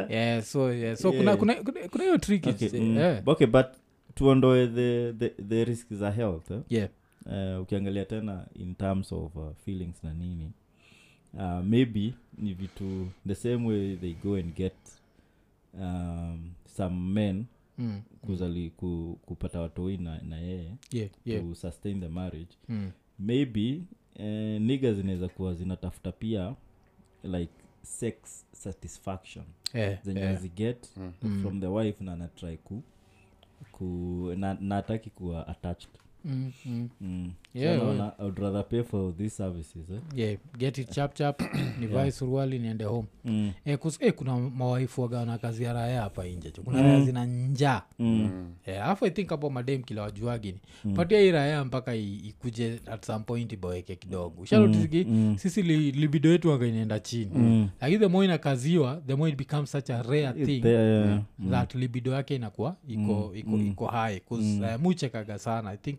Speaker 1: yeah, so, yeah. so kuna-
Speaker 3: Yeah.
Speaker 1: kuna kuna- kuna hiyo trick is-
Speaker 3: okay, mm.
Speaker 1: yeah.
Speaker 3: okay but tuondoe the, the, the risk za health eh?
Speaker 1: Yeah.
Speaker 3: uh, ukiangalia tena in terms of uh, feelings na nini uh, maybe ni vitu the same way they go and get um, some men
Speaker 1: Mm.
Speaker 3: kuzali ku, kupata watoi na, na yeye
Speaker 1: Yeah, yeah.
Speaker 3: to sustain the marriage
Speaker 1: Mm.
Speaker 3: maybe uh, niga zinaweza kuwa zinatafuta pia like sex satisfaction
Speaker 1: Yeah,
Speaker 3: zenye
Speaker 1: yeah. Mm.
Speaker 3: aziget from the wife na natrai ku, ku na, nataki kuwa attached
Speaker 1: mm, mm.
Speaker 3: mm.
Speaker 1: Yeah,
Speaker 3: so,
Speaker 1: oh,
Speaker 3: naona, I would rather pay for these services eh?
Speaker 1: yeah get it chap
Speaker 3: *coughs*
Speaker 1: chap nivae suruali niende home
Speaker 3: mm.
Speaker 1: e, kus, e, kuna mawaifuaga na kazi ya raya hapa nje tu kuna raya zina njaa
Speaker 3: Mm.
Speaker 1: Eh, alafu i think hapo madem kila wajuagini mm. patia hii raya mpaka i- ikuje at some point iboeke kidogo usharotisiki mm. sisi li, libido yetu anga inaenda chini mm. lakini the more inakaziwa the more it becomes such a rare thing
Speaker 3: There, yeah.
Speaker 1: that libido yake inakuwa iko iko, iko high mm. uh, muchekaga sana i think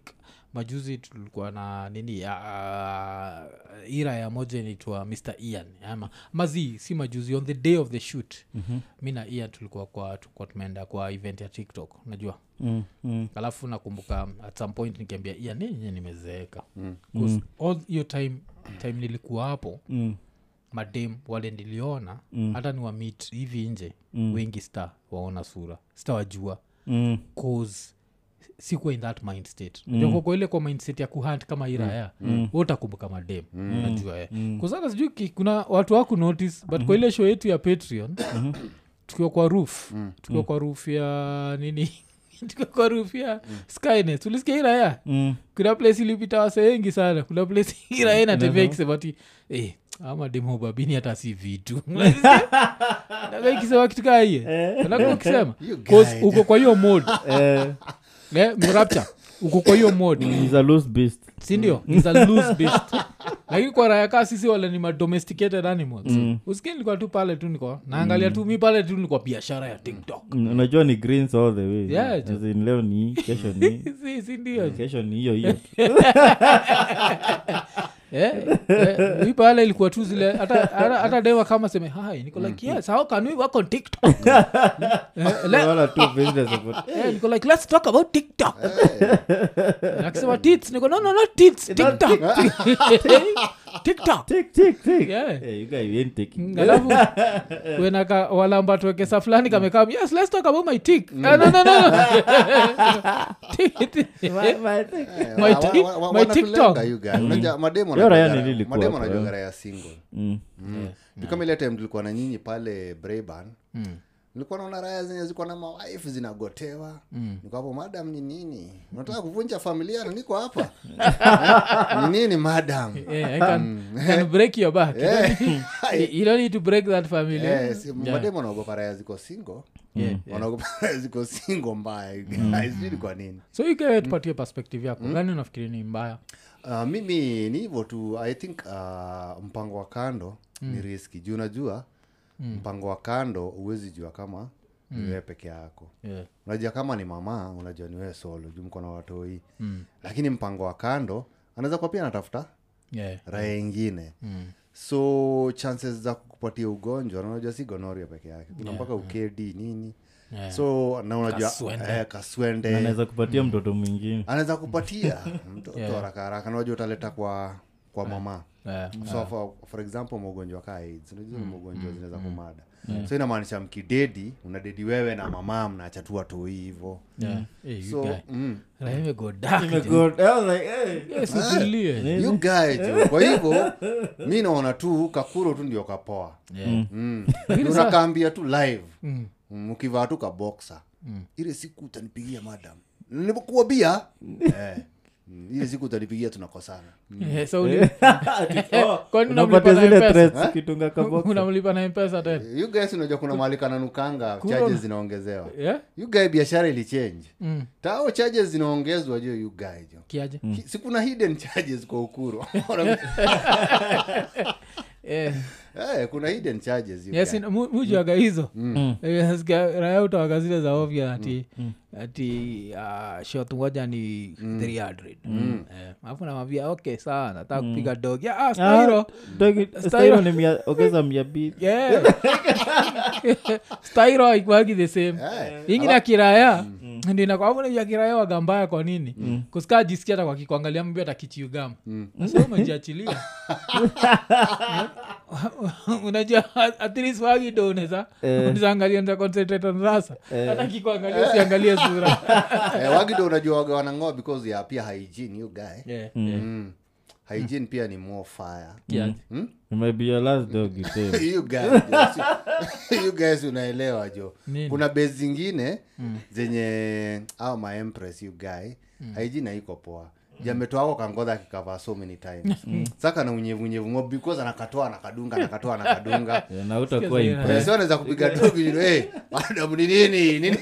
Speaker 1: majuzi tulikuwa na nini uh, ira ya moja inaitwa mr ian ama mazi si majuzi on the day of the shoot mm-hmm. mi na ian tulikuwa kwa tulikuwa tumeenda kwa event ya tiktok unajua
Speaker 3: Mm. Mm.
Speaker 1: alafu nakumbuka at some point nikiambia ian nenye nimezeeka mm. all hiyo time time nilikuwa hapo
Speaker 3: Mm.
Speaker 1: madem wale niliona mm. hata ni wamit hivi nje mm. wengi sta waona sura stawajua
Speaker 3: Mm.
Speaker 1: cause sikuwa in that mind state mm. kwa ile kwa mindset ya kuhunt kama iraya mm. utakumbuka madem mm. najua eh. mm. kusana sijui ki- kuna watu waku notice but mm-hmm. kwa ile show yetu ya patreon tukiwa kwa roof Mm-hmm. mm. tukiwa kwa roof ya nini *laughs* tukiwa kwa roof ya mm. skynet ulisikia iraya
Speaker 3: Mm.
Speaker 1: kuna place ilipita wase wengi sana kuna place *laughs* irae natembea ikisema ti eh, ama demobabini hata si vitu *laughs* Naga ikisema kitu kaa hiye nakua kisema
Speaker 2: You
Speaker 1: Cause
Speaker 2: guide.
Speaker 1: uko kwa hiyo mod
Speaker 3: Eh,
Speaker 1: eh, mrapcha uko kwa hiyo mod
Speaker 3: he's a loose beast
Speaker 1: sindio He's a loose beast. lakini kwa raya kaa sisi wale ni madomesticated animals usikie nilikuwa tu pale tu niko naangalia tu mi pale tu nilikuwa biashara ya tiktok
Speaker 3: Mm, unajua ni greens all the way
Speaker 1: Yeah, ju-
Speaker 3: As in leo ni hii, kesho
Speaker 1: *laughs*
Speaker 3: ni hii,
Speaker 1: Si- sindio
Speaker 3: kesho ni hiyo hiyo
Speaker 1: Eh, eh, hii pale ilikuwa tu zile hata- hata hata dema kama seme hi eh, niko like yes how can we work on tiktok *laughs* Eh, *laughs* le-
Speaker 3: Unaona tu business opportunity.
Speaker 1: eh, niko like let's talk about tiktok nakisema tits niko no no Eh. not tits tiktok *laughs* tiktok
Speaker 3: Tick, tick, tick.
Speaker 1: Yeah. Mm.
Speaker 3: Eh, you guys, you ain't taking.
Speaker 1: alafu wenaka walambatwekesa fulani kamekam yes let's talk about my tik Ah, no, no, no, *laughs* no. Tick, tick.
Speaker 3: My- my tick.
Speaker 2: Eh,
Speaker 1: My tick- my TikTok.
Speaker 3: Hiyo Ryan ilikuwa
Speaker 2: mademu
Speaker 3: hapo,
Speaker 2: anajua
Speaker 3: eh.
Speaker 2: garaya single
Speaker 3: Mm.
Speaker 2: kama ile time tulikuwa na nyinyi pale breban nilikuwa naona raya zenye ziko na mawaifu zinagotewa niko hapo madam ni nini unataka kuvunja familia na niko hapa *laughs* Eh? ni nini madam
Speaker 1: Eh, I can- I can break your back You don't need- you don't need to break that family *laughs*
Speaker 2: Yes,
Speaker 1: Yeah.
Speaker 2: mademu wanaogopa raya ziko singo
Speaker 1: Yeah.
Speaker 2: wanaogopa *laughs* raya ziko singo mbaya *laughs* sijui ni kwa nini
Speaker 1: so ikewe tupatie perspective yako gani unafikiri ni mbaya
Speaker 2: Uh, mimi ni hivyo tu i think uh, mpango wa kando mm. ni riski juu unajua mm. mpango wa kando huwezi jua kama mm. niwee peke yako
Speaker 1: yeah.
Speaker 2: unajua kama ni mama unajua ni wewe solo juu mko na watoi mm. lakini mpango wa kando anaweza kuwa pia anatafuta
Speaker 1: Yeah.
Speaker 2: raya ingine mm. so chances za kukupatia ugonjwa na unajua si gonoria peke yake kuna mpaka ukd nini
Speaker 1: Yeah.
Speaker 2: so na unajua
Speaker 1: Kaswende.
Speaker 2: eh, kaswende
Speaker 3: anaweza kupatia mtoto mwingine
Speaker 2: anaweza kupatia
Speaker 1: *laughs*
Speaker 2: mtoto haraka haraka najua utaleta kwa kwa mama
Speaker 1: Yeah. Mm.
Speaker 2: so for, for example maugonjwa kaa aids unajua ni maugonjwa zinaweza kumada so inamaanisha mkidedi unadedi wewe na mama mnaachatua toi hivo
Speaker 1: Yeah. Hey, you
Speaker 2: so
Speaker 1: guy.
Speaker 2: mm,
Speaker 1: Rahime go dark, dude.
Speaker 3: Good. I was like, eh.
Speaker 1: Yes, utulie.
Speaker 2: you guy jo kwa
Speaker 1: *laughs*
Speaker 2: hivyo mi naona tu kakuro tu ndio kapoa
Speaker 1: Yeah.
Speaker 2: mm. unakaambia tu live mm. ukivaa tu kaboksa mm. ile siku utanipigia madam nilipokuambia eh. mm, ile siku utanipigia tunakosana
Speaker 1: Yeah, so uli-
Speaker 3: Oh,
Speaker 1: *laughs* Kwani
Speaker 3: unapatia
Speaker 1: unamlipa na
Speaker 3: zile
Speaker 1: M-Pesa?
Speaker 3: threats
Speaker 1: *laughs*
Speaker 3: ukitunga kabox
Speaker 1: unamlipa na mpesa tena
Speaker 2: you guys unajua kuna mahali kananukanga charges zinaongezewa
Speaker 1: Yeah?
Speaker 2: you guy biashara ilichange
Speaker 1: Mm.
Speaker 2: tao charges zinaongezwa jo you guy jo
Speaker 1: kiaje
Speaker 2: Ki- si kuna hidden charges kwa
Speaker 1: *laughs*
Speaker 2: *laughs* ukuru
Speaker 1: Eh,
Speaker 2: Eh, kuna hidden charges you
Speaker 1: yes,
Speaker 2: guy.
Speaker 1: ina- mu- mujuaga hizo
Speaker 3: Mm.
Speaker 1: Eh, sikia, raya utawaga zile za ovya ati ati ah, shot moja ni 300 Eh, alafu namwambia okay sawa nataka kupiga dog Yeah, ah,
Speaker 3: Ah,
Speaker 1: stahiro
Speaker 3: dogi- stahiro ni mia- ongeza mia mbili.
Speaker 1: yeah. *laughs* stairo haikuagi the same
Speaker 2: Eh,
Speaker 1: ingine ya kiraya Mm. ndi nakwavunaa kiraya wagambaya kwa nini mm. kusika jisikia hata kwakikuangalia mbi atakichiugama so *laughs* umejiachilia unajua at least wagi do unaweza unaweza angalia unaweza concentrate on rasa hata kikuangalia usiangalie sura
Speaker 2: *laughs* eh, wagido unajua waga wanangoa because ya pia hygiene you guy
Speaker 1: *laughs* yeah.
Speaker 2: mm. hygiene pia ni more fire
Speaker 1: yeah.
Speaker 3: It might be your last dog you tame.
Speaker 2: *laughs* you guys, jo. you *laughs* guys unaelewa jo
Speaker 1: Nini?
Speaker 2: kuna base
Speaker 1: Mm.
Speaker 2: zingine zenye au maempress you guy mm. haiji na iko poa jametoako kangodha akikava so many
Speaker 1: *laughs*
Speaker 2: times
Speaker 1: Mm.
Speaker 2: saka na unyevunyevu mo because anakatoa anakadunga anakatoa anakadunga
Speaker 3: Yeah, na utakuwa
Speaker 1: Sikia,
Speaker 3: impressed.
Speaker 2: Eh, si wanaweza kupiga dogi you know, hey, madam ni nini nini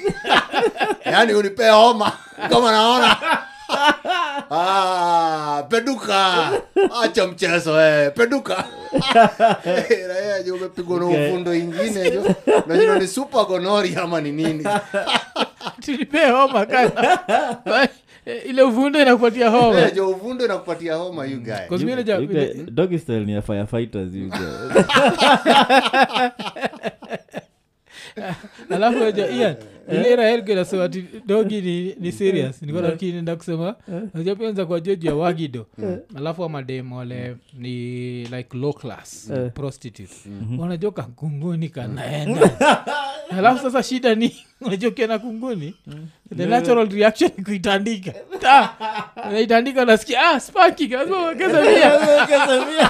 Speaker 2: *laughs* yaani unipee homa kama naona ah, peduka acha mchezo eh, peduka Eh, raia je, umepigwa na
Speaker 3: Okay.
Speaker 2: ufundo ingine jo najua ni super gonori ama ni nini
Speaker 1: Tulipee homa *laughs* kaka. Ba- eh, ile uvundo inakupatia homa
Speaker 2: Eh, jo uvundo inakupatia homa you guy
Speaker 1: Kwa-
Speaker 3: You-
Speaker 1: Mimi naja-
Speaker 3: you guy- doggy style ni ya firefighters you guy.
Speaker 1: alafu unajua, Ian, ile rahelgo inasema ati dogi ni, ni serious nilikuwa nafikiri nenda kusema unajua pia nza kuwajua juu ya wagido alafu amadem wale ni like low class prostitute wanajua kakunguni kanaenda alafu sasa shida ni *laughs* unajua ukienda kunguni the natural reaction ni kuitandika Ta! unaitandika unasikia ah spanking lazima uongeze
Speaker 3: *laughs*
Speaker 1: mia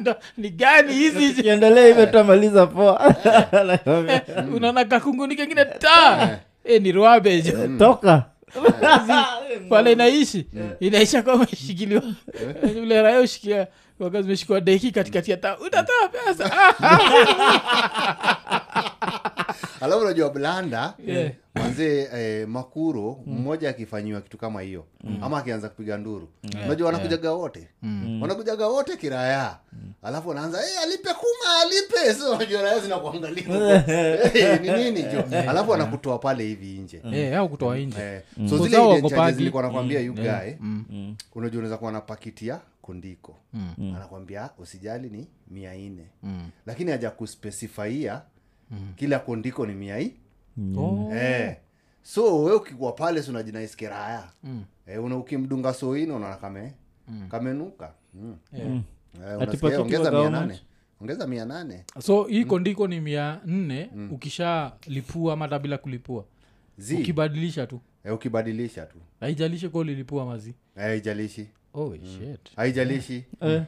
Speaker 1: Ndo, ni gani hizi
Speaker 3: *laughs*
Speaker 1: hizi *laughs*
Speaker 3: Ukiendelea hivyo tutamaliza
Speaker 2: *laughs*
Speaker 3: poa Nakwambia,
Speaker 1: unaona kakunguni kengine ta e ni
Speaker 3: Eh?
Speaker 1: rwabejo
Speaker 3: toka
Speaker 1: pale inaishi inaisha kama ishikiliwa ule raya ushikia waka zimeshikiwa deki katikati ya ta utatoa pesa Ah!
Speaker 2: alafu unajua blanda
Speaker 1: Yeah.
Speaker 2: manzee eh, makuro mmoja akifanyiwa kitu kama hiyo ama akianza kupiga nduru unajua wanakujaga wote
Speaker 1: Mm.
Speaker 2: wanakujaga wote kiraya alafu wanaanza hey, alipe kuma alipe *laughs* so unajua raya zinakuangalia
Speaker 1: *laughs*
Speaker 2: hey, Eh, ni nini jo alafu wanakutoa pale hivi nje
Speaker 1: *laughs* Eh, au kutoa nje
Speaker 2: Eh, so
Speaker 1: Mm. Kwa
Speaker 2: zile
Speaker 1: sababu
Speaker 2: hidden
Speaker 1: wako
Speaker 2: charges
Speaker 1: pagi. Mm.
Speaker 2: zilikuwa nakwambia you guy unajua unaweza kuwa na pakiti ya kundiko
Speaker 1: Mm.
Speaker 2: anakwambia usijali ni mia nne lakini haja kuspesifaia kila kundiko ni mia i-
Speaker 1: Oh.
Speaker 2: eh. so we ukikuwa pale si unajinaisikia raya eh, una ukimdunga soini unaona kame kamenuka mm. Eh, unasikia,
Speaker 3: pakiti
Speaker 2: ongeza
Speaker 3: waka
Speaker 2: mia
Speaker 3: how much?
Speaker 2: nane ongeza mia nane
Speaker 1: so hii kondiko ni mia nne ukishalipua ama hata bila kulipua
Speaker 2: Zi,
Speaker 1: ukibadilisha tu
Speaker 2: eh, ukibadilisha tu
Speaker 1: haijalishe kwa ulilipua mazi
Speaker 2: eh, haijalishi
Speaker 1: oh, shit.
Speaker 2: haijalishi eh,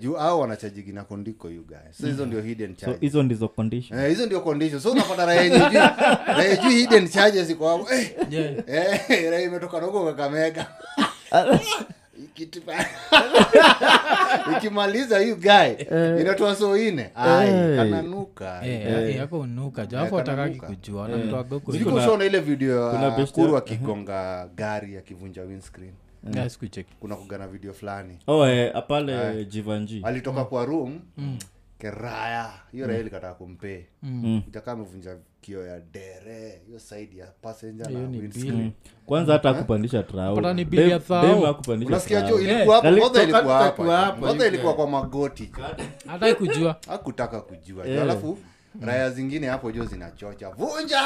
Speaker 2: juu au wanachajigi na kondiko you guys so hizo ndio hidden
Speaker 3: so
Speaker 2: charges
Speaker 3: hizo ndizo condition
Speaker 2: eh, hizo ndio condition so unapata raha yenye juu
Speaker 3: *laughs*
Speaker 2: raha yenye juu hidden charges iko hapo eh,
Speaker 1: Yeah.
Speaker 2: eh, raha imetoka na huko Kakamega Ikitipa- ikimaliza hiyu guy inatoa so ine ai
Speaker 3: Eh.
Speaker 2: kananuka
Speaker 1: Eh, eh, yako unuka jafu
Speaker 2: Eh, kana
Speaker 1: atakaki
Speaker 2: nuka.
Speaker 1: kujua anamtoa goko
Speaker 2: Zilikuwa ushaona ile video
Speaker 3: kuna
Speaker 2: ya
Speaker 3: best
Speaker 2: Kuru
Speaker 3: ya-
Speaker 2: akigonga gari akivunja windscreen
Speaker 1: Yeah, sikucheki.
Speaker 2: kuna kugana video fulani
Speaker 3: oh, eh, apale jivanji
Speaker 2: alitoka kwa room
Speaker 3: Mm.
Speaker 2: keraya hiyo raha ilikataa kumpee jakaa amevunja kio ya dere hiyo side ya passenger na
Speaker 1: Hiyo ni
Speaker 2: windscreen.
Speaker 1: bili.
Speaker 3: kwanza hata akupandisha
Speaker 1: Pata ni bili ya thao.
Speaker 2: unasikia jo
Speaker 1: Eh,
Speaker 2: ilikuwa hapo
Speaker 3: kali-
Speaker 2: modha ilikuwa
Speaker 3: toka-
Speaker 2: hapa
Speaker 3: toka hapa,
Speaker 2: modha ilikuwa kwa magoti jo.
Speaker 1: Hataki kujua
Speaker 2: hakutaka kujua
Speaker 3: Eh.
Speaker 2: jo alafu raya zingine hapo jo zinachocha
Speaker 3: *laughs*
Speaker 2: vunja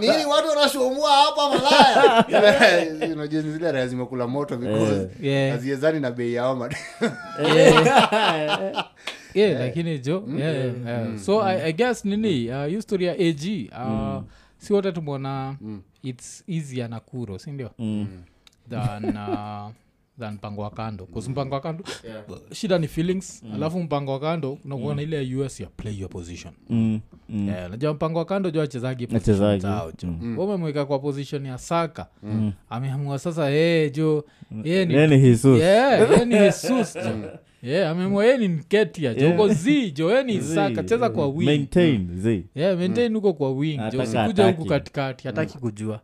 Speaker 2: Ni nini watu wanashomua hapa
Speaker 3: *laughs*
Speaker 2: malaya Zile- unajua ni zile raya zimekula
Speaker 3: Eh.
Speaker 2: moto because
Speaker 1: Yeah.
Speaker 2: haziezani na bei yao mad- *laughs*
Speaker 1: yeah, lakini jo yeah, yeah, yeah. so I, i guess nini uh, hii story ya ag uh, si wote tumeona its easier na kuro sindio than, uh, *laughs* than mpango wa kando bcause mpango wa kando shida ni feelings alafu mpango wa kando unakuwa na ile ya us ya play your position
Speaker 3: Mm,
Speaker 1: Eh, najua mpango wa kando jo achezagi
Speaker 3: Wachezaji.
Speaker 1: zao jo umemweka kwa position ya saka ameamua sasa hey, jo yeye ni
Speaker 3: neni hisus
Speaker 1: Yeah, yeye ni jesus jo Yeah, ameamua yeye ni mketia jo uko zi jo yeye
Speaker 3: *laughs*
Speaker 1: ni saka cheza kwa Mm. wing
Speaker 3: maintain zi
Speaker 1: Yeah, maintain huko kwa wing jo
Speaker 3: Hataki,
Speaker 1: sikuja huku
Speaker 3: hataki.
Speaker 1: katikati hataki kujua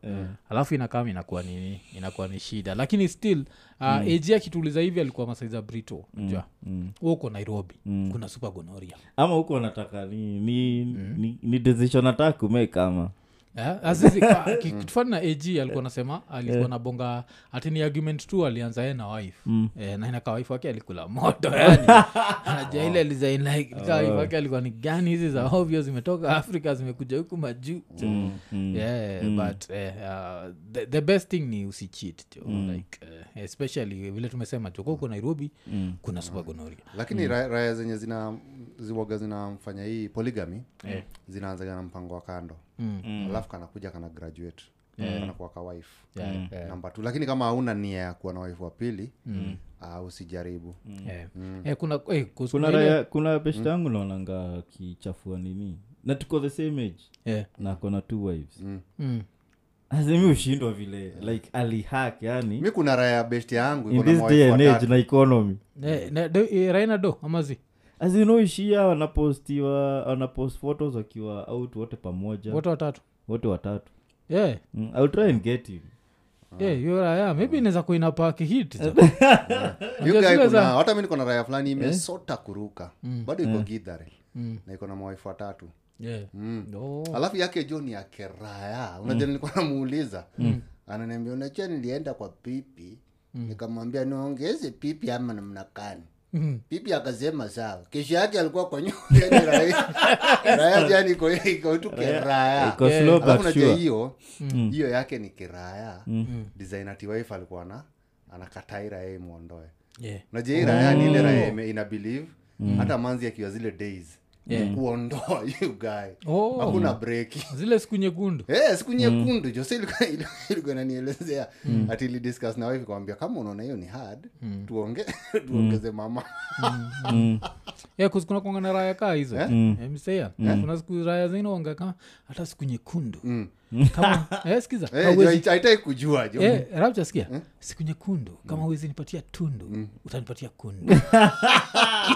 Speaker 1: alafu inakama inakuwa ni inakuwa ni shida lakini still uh, AG akituuliza hivi alikuwa masaiza brito ja uko nairobi kuna super gonoria
Speaker 3: ama huko wanataka ni ni,
Speaker 2: Mm.
Speaker 3: ni, ni decision nataka kumake ama
Speaker 1: Eh, Ah, kitufani na ag alikuwa anasema alikuwa nabonga ati ni argument tu alianza ye na wife eh, na inakaa wife wake alikula moto yani najua ile alizain like kaa wife wake alikuwa ni gani hizi za ovyo zimetoka africa zimekuja huku majuu yeah but eh, uh, the, the best thing ni usichit jo like eh, especially vile tumesema joko uko nairobi kuna supagonoria
Speaker 3: Mm.
Speaker 2: lakini ra- raya zenye zina ziwaga zinamfanya hii polygamy zinaanzaga na mpango wa kando
Speaker 3: Mm.
Speaker 2: alafu kanakuja kana graduate kanakuwa ka wife namba tu lakini kama hauna nia ya kuwa na wife wa pili
Speaker 3: Mm.
Speaker 2: ah, usijaribu
Speaker 1: eh. Eh, kuna, eh, 'cause
Speaker 3: kuna
Speaker 1: kuna ile-
Speaker 3: raya, kuna beshta
Speaker 2: Hmm.
Speaker 3: yangu naonanga akichafua nini na tuko the same age
Speaker 1: eh,
Speaker 2: Hmm.
Speaker 3: na kona two wives
Speaker 1: mm.
Speaker 3: asemi ushindwa vile like alihak yani
Speaker 2: mi kuna raya ya besti yangu iko
Speaker 3: in
Speaker 2: na
Speaker 3: this
Speaker 2: mawife
Speaker 3: day and age
Speaker 2: watatu.
Speaker 3: na economy
Speaker 1: Eh, na- do- eh, raina do amazi
Speaker 3: azinoishia wanapostiwa wanapost photos wakiwa out wote pamoja
Speaker 1: wote watatu
Speaker 3: wote watatu
Speaker 1: yeah.
Speaker 3: mm, I'll try and get him
Speaker 1: Eh,
Speaker 2: Ah.
Speaker 1: yeah, hiyo raya maybe inaweza kuina paki hit
Speaker 2: Eh. You guy
Speaker 1: zile za-
Speaker 2: kuna hata mi niko na raya fulani
Speaker 3: Eh?
Speaker 2: imesota kuruka
Speaker 3: Mm.
Speaker 2: bado iko gidhare na iko na mawife watatu
Speaker 1: yeah.
Speaker 2: Mm.
Speaker 1: Oh. No.
Speaker 3: Oh.
Speaker 2: alafu yake jo ni akeraya
Speaker 3: Mm.
Speaker 2: unajua nilikuwa namuuliza ananiambia unajua nilienda kwa pipi
Speaker 3: Mm.
Speaker 2: nikamwambia niongeze pipi ama namnakani
Speaker 1: Mm.
Speaker 2: pipi akasema sawa kesho yake alikuwa kwa nyumba yani
Speaker 3: *laughs*
Speaker 2: raya- raya jani iko- iko tu keraya
Speaker 3: Iko slow but
Speaker 2: alafu najua
Speaker 3: sure. Mm.
Speaker 2: hiyo hiyo yake ni kiraya designer tiwaifa alikuwa na anakataa irae imwondoe
Speaker 1: yeah.
Speaker 2: unajua hii raya ni ile
Speaker 3: Mm.
Speaker 2: raya ime- ina believe hata manzi akiwa zile days kuondoa *laughs* you guy
Speaker 1: Oh.
Speaker 2: hakuna breki
Speaker 1: zile siku nyekundu
Speaker 2: Eh, siku nyekundu mm. jose ilikuwa- ilikuwa *laughs* ilikuwa nanielezea mm. ati ilidiscuss na wife kawambia kama unaona hiyo ni hard
Speaker 3: Mm.
Speaker 2: tuonge *laughs* tuongeze
Speaker 3: *laughs*
Speaker 2: mama
Speaker 1: yeah, Eh, kuna kuangana raya kaa hizo Eh, mseya
Speaker 2: Mm.
Speaker 1: kuna siku raya zingine wanga kama hata siku nyekundu
Speaker 2: *laughs*
Speaker 1: kama eh, sikiza
Speaker 2: Eh,
Speaker 1: hauwezi-
Speaker 2: jo, haitai kujua jo
Speaker 1: Eh, rabta sikia siku nyekundu
Speaker 2: Mm.
Speaker 1: kama huwezi nipatia tundu utanipatia
Speaker 2: *laughs*
Speaker 1: kundu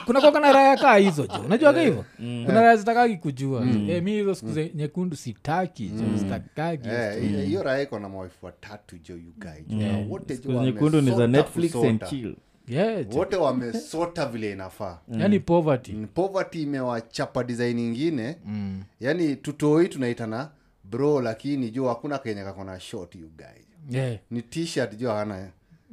Speaker 1: kuna kuwaga na raya kaa hizo jo unajuaga
Speaker 2: Eh.
Speaker 1: hivo
Speaker 2: Mm.
Speaker 1: kuna raya zitakagi kujua Eh, mi hizo siku ze- nyekundu sitaki jo sitakagi
Speaker 2: Mm. Eh,
Speaker 3: mm.
Speaker 2: hiyo- hiyo raha iko na mawifu watatu jo yugai jo Na wote jo
Speaker 3: Siku nyekundu ni za
Speaker 2: wamesota
Speaker 3: netflix and
Speaker 2: kusota. *laughs*
Speaker 3: chill
Speaker 1: Yeah, jo.
Speaker 2: wote wamesota vile inafaa
Speaker 1: yani poverty
Speaker 2: Mm, poverty imewachapa design ingine mm. yani tutoi tunaitana bro lakini jo hakuna kenye kakona short yugai
Speaker 1: Yeah,
Speaker 2: ni t-shirt jo hana
Speaker 1: Yeah.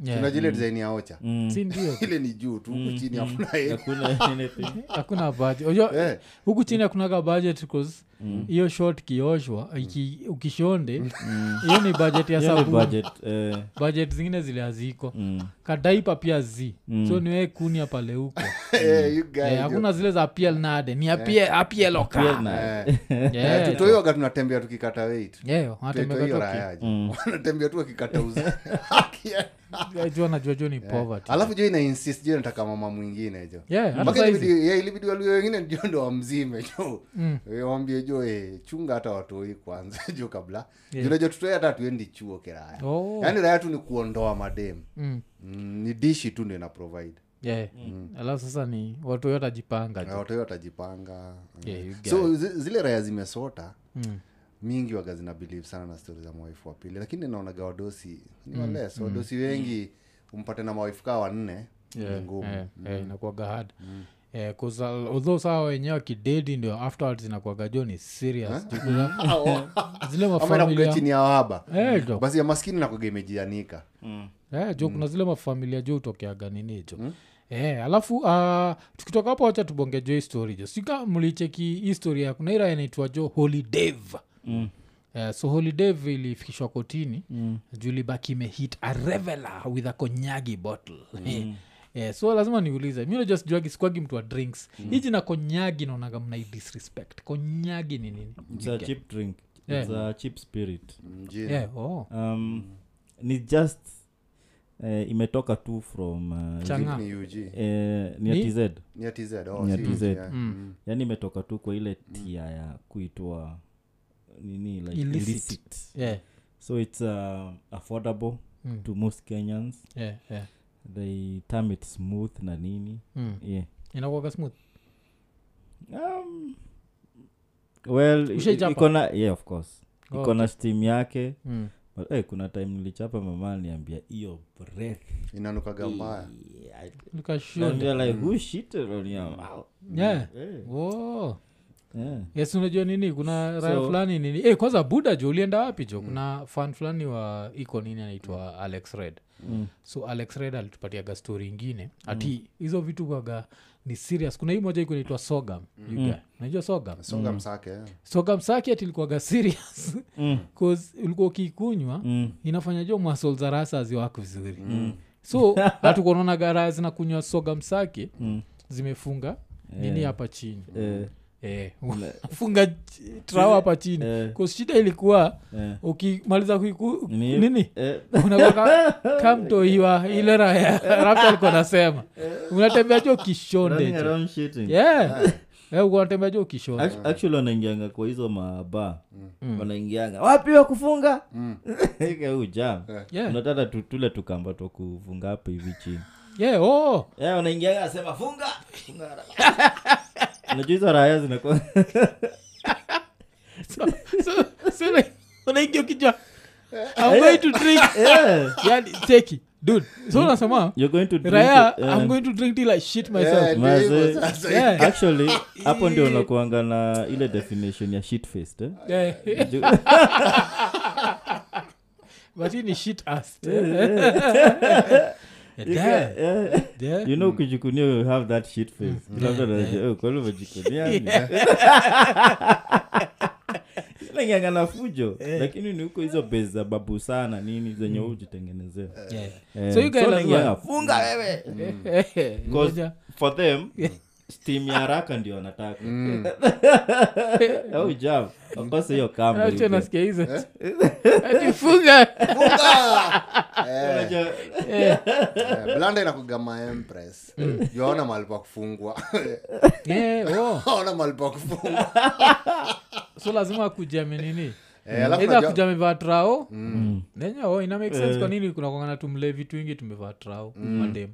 Speaker 1: mm.
Speaker 2: tunajile design ya ocha
Speaker 3: Mm.
Speaker 1: si ndio
Speaker 2: ile ni juu tu huku chini
Speaker 1: mm.
Speaker 2: hakuna hela.
Speaker 3: hakuna
Speaker 2: *laughs*
Speaker 3: anything
Speaker 1: hakuna budget
Speaker 3: *laughs*
Speaker 1: Unajua,
Speaker 2: Eh.
Speaker 1: huku chini hakunaga budget cause
Speaker 3: Mm.
Speaker 1: hiyo short kioshwa iki- ukishonde *laughs* hiyo ni budget ya
Speaker 3: Mm. Hiyo ni
Speaker 1: sabuni
Speaker 3: budget Mm. eh, hmm.
Speaker 1: budget zingine zile haziko kadaipa pia zi
Speaker 3: Mm.
Speaker 1: so niwee kunia pale
Speaker 3: *laughs*
Speaker 1: huko
Speaker 2: *laughs* Eh, you guys,
Speaker 1: Eh, hakuna zile za apl nade ni apieloka
Speaker 3: na-
Speaker 1: *laughs*
Speaker 2: Eh, tutoyoga tunatembea tukikata weight
Speaker 1: Mm,
Speaker 2: Tutoe hiyo raha aje. *laughs* wanatembea
Speaker 1: *laughs*
Speaker 2: tu wakikata *laughs*
Speaker 1: najuajua ni poverty
Speaker 2: alafu jo ina insist jo inataka mama mwingine jo
Speaker 1: Yeah, hata
Speaker 2: Mpaka
Speaker 1: saizi.
Speaker 2: ilibidi- yeah, ilibidi walio wengine jo ndo *laughs* wamzime jo
Speaker 1: Mm.
Speaker 2: Eh, waambie jo eh, chunga hata watoi kwanza *laughs* jo kabla yeah. junajo tutoi hata tuendi chuo kiraya
Speaker 1: Oh.
Speaker 2: yaani raya tu ni kuondoa madem
Speaker 1: Mm.
Speaker 2: mm, ni dishi tu ndo ina provide
Speaker 1: Yeah.
Speaker 3: Mm.
Speaker 1: alafu sasa ni watu watajipanga
Speaker 2: Na
Speaker 1: jo
Speaker 2: watoi watajipanga Mm.
Speaker 1: Yeah, you
Speaker 2: so zi- zile raya zimesota
Speaker 1: Mm.
Speaker 2: mingi waga zina believe sana na stori za mawaifu wa pili lakini naonaga wadosi
Speaker 1: Mm,
Speaker 2: ni wales wadosi wengi umpate na mawaifu kaa wanne ni ngumu
Speaker 1: Eh, eh, inakuwaga hard Eh, 'cause al- although saa wenyewe kidedi ndio afterwards inakuwaga jo ni serious Ju- zile
Speaker 2: ama inakuga
Speaker 1: mafamilia
Speaker 2: chini ya waba
Speaker 1: Eh, jo.
Speaker 2: basi ya maskini nakuga imejianika
Speaker 1: Eh, jo kuna zile mafamilia jo utokeaga nini jo Eh, alafu ah, tukitoka hapo wacha tubonge jo histori jo sika mlicheki historia ya kuna ira inaitwa jo holidev
Speaker 3: Hmm.
Speaker 1: mm. eh, so holidev ilifikishwa kotini mm. juu libaki imehit a revela with a konyagi bottle *laughs* mm. Yeah, so lazima niulize mi najua sijuagi sikwagi mtu wa drinks mm. hiji na konyagi naonaga mnai disrespect konyagi ni nini
Speaker 3: it's a cheap drink it's a cheap spirit
Speaker 2: mjini
Speaker 1: yeah, oh.
Speaker 3: um, ni just eh, imetoka tu from uh,
Speaker 1: changa
Speaker 2: ni ug
Speaker 3: eh, ni
Speaker 1: Ni?
Speaker 3: ya TZ
Speaker 2: ni ya tz oh,
Speaker 3: Ni ya
Speaker 2: si
Speaker 3: TZ.
Speaker 2: UG, yeah.
Speaker 1: Mm.
Speaker 2: Mm.
Speaker 3: yani imetoka tu kwa ile tia ya kuitwa nini like
Speaker 1: Illicit.
Speaker 3: illicit,
Speaker 1: yeah, Mm,
Speaker 3: so it's uh, affordable to most kenyans
Speaker 1: yeah, yeah.
Speaker 3: they term it smooth na nini
Speaker 1: Mm.
Speaker 3: yeah
Speaker 1: inakuaga smooth
Speaker 3: um, well i-
Speaker 1: Ushaichapa?
Speaker 3: iko na yeah of course
Speaker 1: Oh,
Speaker 3: iko na steam yake
Speaker 1: mm.
Speaker 3: but hey, kuna time nilichapa mama niambia hiyo breath
Speaker 2: inanukaga mbaya
Speaker 3: yeah, I-
Speaker 1: Nikashoot.
Speaker 3: Naambia like who shit on your mouth?"
Speaker 1: yeah.
Speaker 3: Eh,
Speaker 1: Oh.
Speaker 3: yeah.
Speaker 1: yes unajua nini kuna raya
Speaker 3: So-
Speaker 1: fulani nini eh, kwanza buda jo ulienda wapi jo kuna fan fulani wa iko nini anaitwa alex red mm. so alex red alitupatiaga story ingine ati hizo vitu kwaga ni serious kuna hii moja iko inaitwa sogam mm. unajua sogam
Speaker 2: songa msake
Speaker 1: sogam saki ati ilikuwaga serious *laughs* mm. ulikuwa ukikunywa mm. inafanya jo masol za rasa aziwako vizuri mm. *laughs* so hatukuonana gara zinakunywa sogam saki mm. zimefunga nini hapa chini
Speaker 3: Eh,
Speaker 1: Eh, *laughs* funga ch- trawa hapa chini
Speaker 3: Eh.
Speaker 1: Kwa shida ilikuwa
Speaker 3: Eh.
Speaker 1: ukimaliza kuiku
Speaker 3: Ni-
Speaker 1: nini
Speaker 3: eh,
Speaker 1: unakwaka
Speaker 3: *laughs*
Speaker 1: kamtoiwa ile raya rafta alikuwa nasema unatembea jo kishonde
Speaker 3: running
Speaker 1: jo.
Speaker 3: around shitting.
Speaker 1: Yeah. Eh, uwatembea jo ukishona
Speaker 3: Act- actually wanaingianga kwa hizo mabaa
Speaker 2: Mm.
Speaker 1: Mm.
Speaker 3: wanaingianga wapi wa kufunga *laughs* ujam
Speaker 1: Yeah.
Speaker 3: unataka tu- tule tukamba twa kufunga hapo hivi chini
Speaker 1: yeah, oh.
Speaker 3: yeah, wanaingianga nasema funga Funga haraka."
Speaker 1: *laughs*
Speaker 3: unajua hizo raya zinakuwa *laughs*
Speaker 1: so, so, so, like, unaingia ukijua I'm going to drink
Speaker 3: *laughs* yeah.
Speaker 1: yani teki dude so unasema
Speaker 3: Eh, You're going to drink
Speaker 1: raya
Speaker 3: it, eh. yeah.
Speaker 1: i'm going to drink till i shit
Speaker 2: Eh,
Speaker 1: myself
Speaker 2: ndio hivyo
Speaker 3: Mazee.
Speaker 2: sasa.
Speaker 1: yeah. yeah.
Speaker 3: actually
Speaker 2: *laughs*
Speaker 3: hapo ndio unakuanga na ile definition ya shitfaced, eh? Ju-
Speaker 1: *laughs* but hii ni shit
Speaker 2: *laughs*
Speaker 1: ass *laughs*
Speaker 3: Yeah. you know ukijikunia you have that shit face Kila mtu anajua, "Oh, kwani umejikunia aje?" *laughs* Inang'ang'a na fujo lakini ni huko hizo base za babu sana nini zenye wewe hujitengenezea Eh,
Speaker 1: So you guys Mm.
Speaker 3: inang'ang'a,
Speaker 1: lazima-
Speaker 3: funga wewe
Speaker 2: Mm.
Speaker 1: *laughs*
Speaker 3: 'Cause for them steam ya haraka ndio wanataka *laughs* au jam of course hiyo kamba hivi.
Speaker 1: nachonasikia hizo
Speaker 2: Eh?
Speaker 1: *laughs*
Speaker 2: *laughs*
Speaker 1: atifunga
Speaker 3: Unajua-
Speaker 2: Eh, blanda inakuga maempress
Speaker 1: Mm.
Speaker 2: juaona mahali pa kufungwa
Speaker 1: *laughs* Yeah, oh.
Speaker 2: ona mahali pa kufungwa
Speaker 1: so lazima akujame nini
Speaker 2: Eh,
Speaker 1: Mm.
Speaker 2: alafu Mm. Eh.
Speaker 1: Either
Speaker 2: unajua-
Speaker 1: akujame vaa trao nenya oh, ina make sense kwa nini kuna kwangana tumlee vitu wingi tumevaa trao
Speaker 2: Mm.
Speaker 1: madem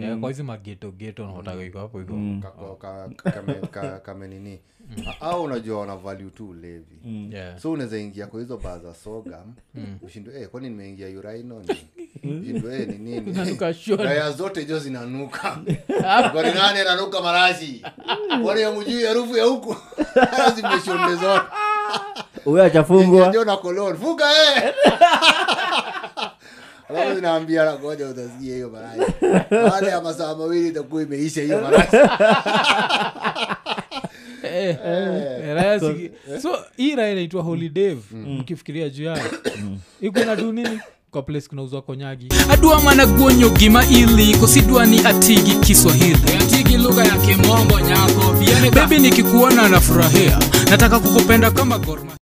Speaker 1: Eh, kwa hizi magetogeto naotaka iko hapo iko
Speaker 2: Kako- ka- kame- ka- kamenini
Speaker 1: Mm.
Speaker 2: A- au unajua wana value tu ulevi
Speaker 1: Yeah.
Speaker 2: so unaweza ingia kwa hizo baa za soga ushindwe eh, kwani nimeingia urainoni ushindwe eh, ni nini
Speaker 1: Zinanuka short.
Speaker 2: raya zote jo zinanuka kwani nani ananuka marashi kwani amujui harufu ya huku *laughs* zimeshonde zote
Speaker 3: huyo achafungwa
Speaker 2: jo na kolon fuka eh! alafu zinaambia ngoja utasikia hiyo marashi baada ya masaa mawili itakuwa imeisha hiyo marashi
Speaker 1: Eh, eh, raya siki- so hii raya inaitwa holidev mkifikiria juu yayo ikuna du nini kwa place kunauzwa konyagi
Speaker 4: adwa mana guonyo gima ili kosidwa ni atigi kiswahili atigi lugha ya kimombo nyako bebi nikikuona nafurahia nataka kukupenda kama gorma